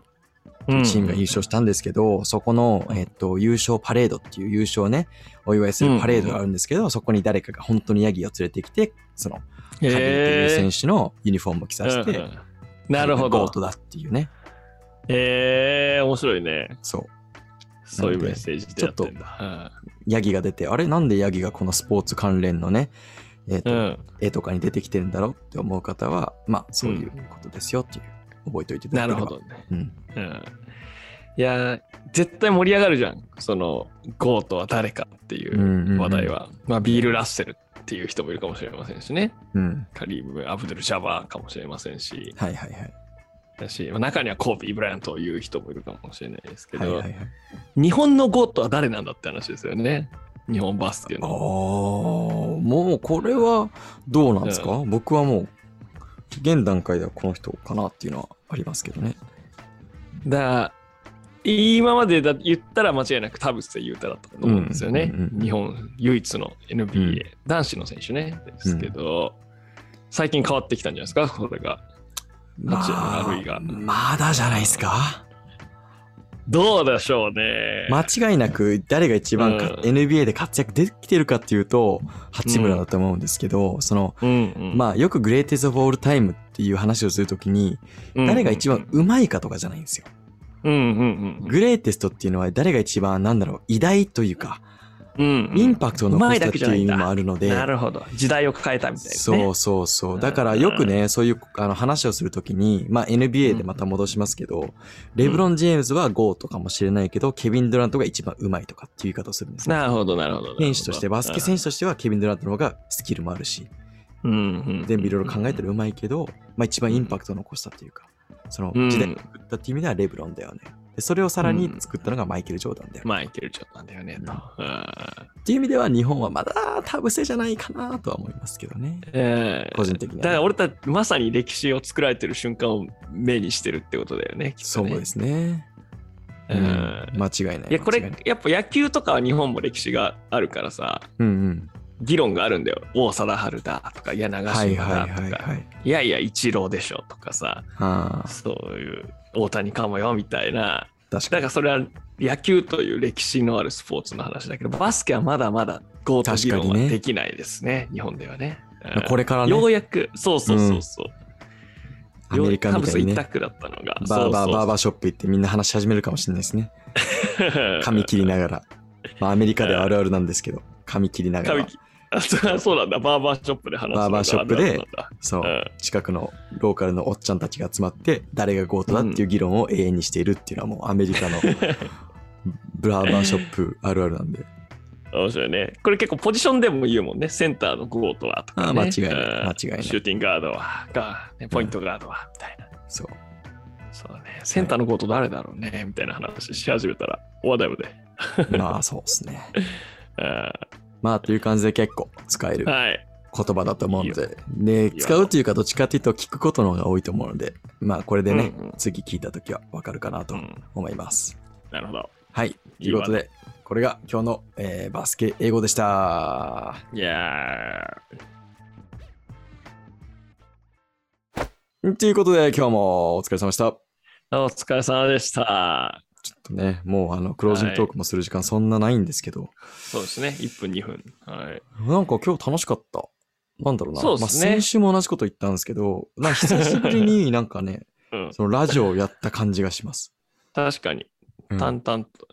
Speaker 2: チームが優勝したんですけど、そこの、えっと、優勝パレードっていう優勝をね、お祝いするパレードがあるんですけど、そこに誰かが本当にヤギを連れてきて、その、カリーと
Speaker 1: へー
Speaker 2: いう選手のユニフォームを着させて、
Speaker 1: うんうんなるほ
Speaker 2: ゴ
Speaker 1: ど
Speaker 2: ー。トだっていうね、
Speaker 1: えー、面白いね。
Speaker 2: そう、
Speaker 1: そういうメッセージでやってんだ。
Speaker 2: ヤギが出て、あれなんでヤギがこのスポーツ関連のね、えっ
Speaker 1: う
Speaker 2: と、
Speaker 1: ん。
Speaker 2: 絵とかに出てきてるんだろうって思う方は、まあ、そういうことですよっていう、覚えておいていただ
Speaker 1: な
Speaker 2: け
Speaker 1: る
Speaker 2: れば。
Speaker 1: ほどね。
Speaker 2: うん。
Speaker 1: うん。いやー、絶対盛り上がるじゃん。その、ゴートは誰かってい
Speaker 2: うん
Speaker 1: う
Speaker 2: うんうん
Speaker 1: 話題は。まあ、ビール・ラッセルっていう人もいるかもしれませんしね。
Speaker 2: うん。
Speaker 1: カリーム・アブデル・ジャバーかもしれませんし。
Speaker 2: はいはいはい。
Speaker 1: だし、まあ中にはコービー・ブライアントを言う人もいるかもしれないですけ
Speaker 2: はい
Speaker 1: ど、
Speaker 2: はいはい。
Speaker 1: 日本のゴートは誰なんだって話ですよね。日本バスケ
Speaker 2: ああ
Speaker 1: の。
Speaker 2: もうこれはどうなんですか、僕はもう現段階ではこの人かなっていうのはありますけどね。
Speaker 1: だから今までだ言ったら間違いなく田臥勇太だったと思うんですよね。
Speaker 2: うんうんうん
Speaker 1: 日本唯一の NBA、
Speaker 2: うん
Speaker 1: 男子の選手ね。ですけど、最近変わってきたんじゃないですか、これが。
Speaker 2: ま
Speaker 1: あるいは
Speaker 2: あ、まだじゃないですか。
Speaker 1: どうでしょうね。
Speaker 2: 間違いなく誰が一番
Speaker 1: う
Speaker 2: か、
Speaker 1: ん
Speaker 2: NBA で活躍できてるかっていうと、八村だと思うんですけど、その、
Speaker 1: うんうん
Speaker 2: まあよくグレイテストオブオールタイムっていう話をするときに、誰が一番、うまいかとかじゃないんですよ。
Speaker 1: うんうんうん
Speaker 2: グレイテストっていうのは誰が一番なんだろう偉大というか
Speaker 1: うんうん、
Speaker 2: インパクトを残したっ
Speaker 1: うまいだけ
Speaker 2: て
Speaker 1: じゃ
Speaker 2: い
Speaker 1: な
Speaker 2: う
Speaker 1: い
Speaker 2: 意
Speaker 1: んだ
Speaker 2: 味もあるので、
Speaker 1: なるほど。時代を変えたみたいな、ね。
Speaker 2: そうそうそうだからよくねそういうあの話をするときに、まあ、NBA でまた戻しますけど、レブロン・ジェームズは5とかもしれないけどケビン・ドラントが一番うまいとかっていう言い方をするんですね
Speaker 1: なるほど、なるほど。
Speaker 2: 選手としてバスケ
Speaker 1: 手、
Speaker 2: 選手としてはケビン・ドラントの方がスキルもあるし
Speaker 1: うんうん、
Speaker 2: 全部いろいろ考えて
Speaker 1: る。
Speaker 2: るうまいけど、まあ、一番インパクトを残したっていうかその時代を作ったっていう意味ではレブロンだよねでそれをさらに作ったのがマイケル・ジョーダンだよね
Speaker 1: まあ、いけるちょっとなんだよね、と。うん
Speaker 2: っていう意味では日本はまだ田臥じゃないかなとは思いますけどね。
Speaker 1: えー
Speaker 2: 個人的にはね、
Speaker 1: だから俺たちまさに歴史を作られてる瞬間を目にしてるってことだよね。きっ
Speaker 2: そ
Speaker 1: と
Speaker 2: う
Speaker 1: ね
Speaker 2: ですね。う
Speaker 1: うん
Speaker 2: ん、間違いない。
Speaker 1: いやこ
Speaker 2: 間違
Speaker 1: れ
Speaker 2: ない
Speaker 1: やっぱ野球とかは日本も歴史があるからさ
Speaker 2: うん
Speaker 1: 議論があるんだよ王貞治だとかいや
Speaker 2: うん。
Speaker 1: 長
Speaker 2: はい
Speaker 1: 嶋だ
Speaker 2: はい
Speaker 1: とか、
Speaker 2: はい
Speaker 1: い
Speaker 2: はい。
Speaker 1: やいや一郎でしょとかさ
Speaker 2: ああ、
Speaker 1: そういう大谷かもよみたいな
Speaker 2: 確か
Speaker 1: だ
Speaker 2: に
Speaker 1: から。それは野球という歴史のあるスポーツの話だけどバスケはまだまだゴート議論
Speaker 2: 確
Speaker 1: は
Speaker 2: かにね
Speaker 1: できないですね日本ではね、うん
Speaker 2: これからね
Speaker 1: ようやくそうそうそうそう、
Speaker 2: アメリカみたいに
Speaker 1: カ
Speaker 2: ね、バ
Speaker 1: ブス一択だったのが。
Speaker 2: ーバーバーバーショップ行ってみんな話し始めるかもしれないですね。
Speaker 1: そう
Speaker 2: [LAUGHS]
Speaker 1: そう
Speaker 2: 髪切りながら。まあアメリカではあるあるなんですけど、髪切りなが
Speaker 1: 髪
Speaker 2: ら。
Speaker 1: 切あそうそうなんだ、バーバーショップで話すのが
Speaker 2: バーバーショップで
Speaker 1: あるあ
Speaker 2: そうう。
Speaker 1: ん
Speaker 2: 近くのローカルのおっちゃんたちが集まって、誰が強盗だっていう議論を永遠にしているっていうのはもうアメリカのブラーバーショップあるあるなんで。
Speaker 1: 面白いね。これ結構ポジションでも言うもんね。センターのゴートはとか、ね。
Speaker 2: あ間違いない
Speaker 1: うん
Speaker 2: 間違いない
Speaker 1: シューティングガードは、が、ね、ポイントガードは、みたいな。
Speaker 2: そう。
Speaker 1: そうだね。センターのゴート誰だろうね、みたいな話し始めたら、終わだよね。
Speaker 2: まあそうですね。
Speaker 1: う
Speaker 2: まあという感じで結構使える
Speaker 1: んはい。
Speaker 2: 言葉だと思うの
Speaker 1: い
Speaker 2: で、ね、使うというかどっちかというと聞くことの方が多いと思うので、まあこれでね、
Speaker 1: うんうん
Speaker 2: 次聞いたときはわかるかなと
Speaker 1: うん
Speaker 2: 思います。
Speaker 1: なるほど。
Speaker 2: はい、ということで、これが今日の、えーバスケ英語でした。
Speaker 1: いやー。
Speaker 2: ということで今日もお疲れ様でした。
Speaker 1: お疲れ様でした。
Speaker 2: ちょっとね、もうあのクロージングトークもする時間そんなないんですけど、
Speaker 1: そうですね。1分、2分。はい。
Speaker 2: なんか今日楽しかった。なんだろうな。
Speaker 1: そうっすね
Speaker 2: まあ、先週も同じこと言ったんですけど、なんか久しぶりになんか
Speaker 1: [LAUGHS]
Speaker 2: ね、
Speaker 1: うん、
Speaker 2: そのラジオをやった感じがします。
Speaker 1: 確かに。
Speaker 2: うん
Speaker 1: 淡々と。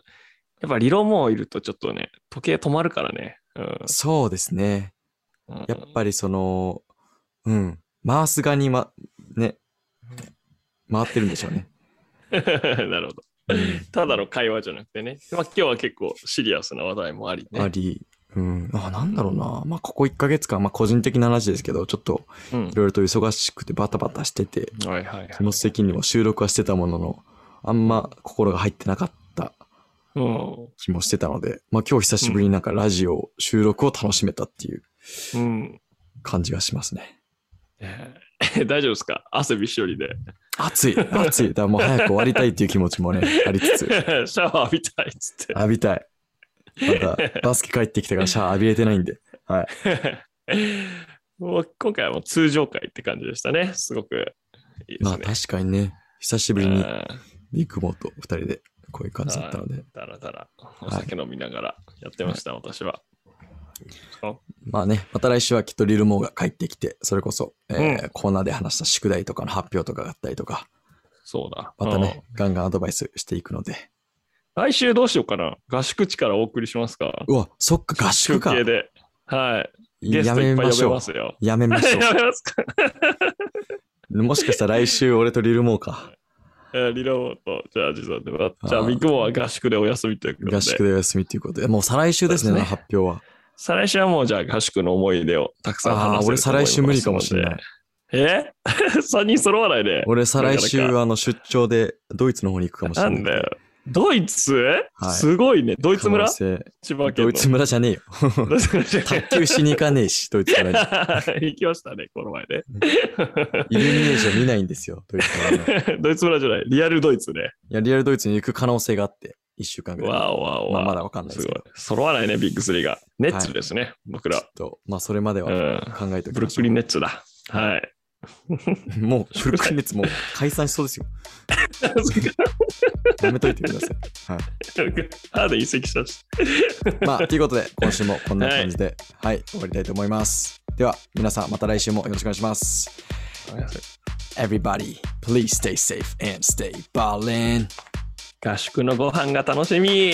Speaker 1: やっぱリロモーいるとちょっとね、時計止まるからね。
Speaker 2: そうですね。
Speaker 1: うん、
Speaker 2: やっぱりその、うん、回す側にま、ね、回ってるんでしょうね。
Speaker 1: り。 [LAUGHS] なるほど。ただの会話じゃなくてね。まあ今日は結構シリアスな話題もありね。
Speaker 2: あり、うん、あ、なんだろうな。まあ、ここ1ヶ月間、まあ、個人的な話ですけど、ちょっと
Speaker 1: うん
Speaker 2: いろいろと忙しくてバタバタしてて、
Speaker 1: はいはいはい。
Speaker 2: 気持ち的にも収録はしてたものの、あんま心が入ってなかった
Speaker 1: うん。
Speaker 2: 気もしてたので、まあ、今日久しぶりになんかラジオ収録を楽しめたっていう
Speaker 1: うん。
Speaker 2: 感じがしますね。
Speaker 1: えー [LAUGHS] 大丈夫ですか汗びっしょりで。
Speaker 2: 暑い、暑い。だからもう早く終わりたいっていう気持ちもね、ありつ
Speaker 1: [LAUGHS] シ
Speaker 2: つ。
Speaker 1: ャワー浴びたいっつって。
Speaker 2: [LAUGHS] 浴びたい。また、バスケ帰ってきてからシャ
Speaker 1: [LAUGHS]
Speaker 2: ワー浴びれてないんで。はい。
Speaker 1: もう今回はもう通常会って感じでしたね。すごくいいで
Speaker 2: ますあ
Speaker 1: ね。
Speaker 2: 確かにね、久しぶり
Speaker 1: う
Speaker 2: に
Speaker 1: ん
Speaker 2: ビッグモと二人でこういう感じだったので、
Speaker 1: だらだらお酒飲みながらやってました、私は。
Speaker 2: まあね、また来週はきっとリルモーが帰ってきて、それこそ、えーコーナーで話した宿題とかの発表とかがあったりとか、
Speaker 1: そうだ。
Speaker 2: またね、ガンガンアドバイスしていくので。
Speaker 1: うん。来週どうしようかな。合宿地からお送りしますか。
Speaker 2: うわ、そっか、合宿か
Speaker 1: 中。継で。はい。ゲス
Speaker 2: や
Speaker 1: トい
Speaker 2: め
Speaker 1: っぱい
Speaker 2: ま
Speaker 1: 呼
Speaker 2: し
Speaker 1: べ
Speaker 2: ょ
Speaker 1: ますよ。
Speaker 2: う。やめましょ
Speaker 1: [LAUGHS] やめますか。
Speaker 2: う。もしかしたら来週俺とリルモーか。
Speaker 1: えーリローと、じゃあ、実はでは、じゃあ、
Speaker 2: あー
Speaker 1: ビッグモーは合宿でお休みということで。
Speaker 2: 合宿でお休みということで、もう再来週ですね、
Speaker 1: そうですね
Speaker 2: 発表は。
Speaker 1: 再来週はもう、じゃあ、合宿の思い出をたくさん
Speaker 2: ああ
Speaker 1: 話
Speaker 2: ー、
Speaker 1: せる
Speaker 2: 俺
Speaker 1: と
Speaker 2: 再
Speaker 1: 思い
Speaker 2: 来
Speaker 1: ます
Speaker 2: 週無理かもしれない。
Speaker 1: え [LAUGHS] ?3 人揃わないで。
Speaker 2: 俺再来
Speaker 1: なか
Speaker 2: 週
Speaker 1: なか
Speaker 2: あの出張でドイツの方に行くかもしれ
Speaker 1: な
Speaker 2: ない。
Speaker 1: んだよ。ドイツ
Speaker 2: はい
Speaker 1: すごいね。ドイツ村
Speaker 2: 可能性
Speaker 1: 千葉県
Speaker 2: ド
Speaker 1: の。[LAUGHS]
Speaker 2: イツ村じゃねえよ。
Speaker 1: ドイツ村じゃない
Speaker 2: [LAUGHS] 卓球しに行かねえし、ドイツ村に。
Speaker 1: [LAUGHS] 行きましたね、この前ね。 [LAUGHS]
Speaker 2: イルミネーション見ないんですよ、ドイツ村
Speaker 1: [LAUGHS]
Speaker 2: の。い
Speaker 1: ドイツ村じゃない、リアルドイツね。
Speaker 2: や、リアルドイツに行く可能性があって、1週間ぐらい。
Speaker 1: わおわお
Speaker 2: [LAUGHS] まあ、
Speaker 1: わ
Speaker 2: まだわか
Speaker 1: お。
Speaker 2: んないですす
Speaker 1: ご
Speaker 2: け
Speaker 1: い
Speaker 2: ど。。
Speaker 1: 揃わないね、ビッグスリーが。ネッツですね、僕
Speaker 2: ちょ
Speaker 1: ら
Speaker 2: っ。と、まあ、それまで
Speaker 1: う
Speaker 2: は
Speaker 1: ん。
Speaker 2: 考えておき
Speaker 1: ブル
Speaker 2: ま
Speaker 1: ッ
Speaker 2: しょ
Speaker 1: クリンネッツだ。 [LAUGHS] はい。
Speaker 2: う。もう、ブルックリンネッツもう解散しそうですよ。やめといてく
Speaker 1: [LAUGHS]
Speaker 2: ださい。
Speaker 1: あで移籍したし。
Speaker 2: まあ、ということで、今週もこんな感じで、はい、終わりたいと思います。では、皆さん、また来週もよろしくお願いします。Everybody, please stay safe and stay ballin'.
Speaker 1: 合宿のご飯が楽しみ。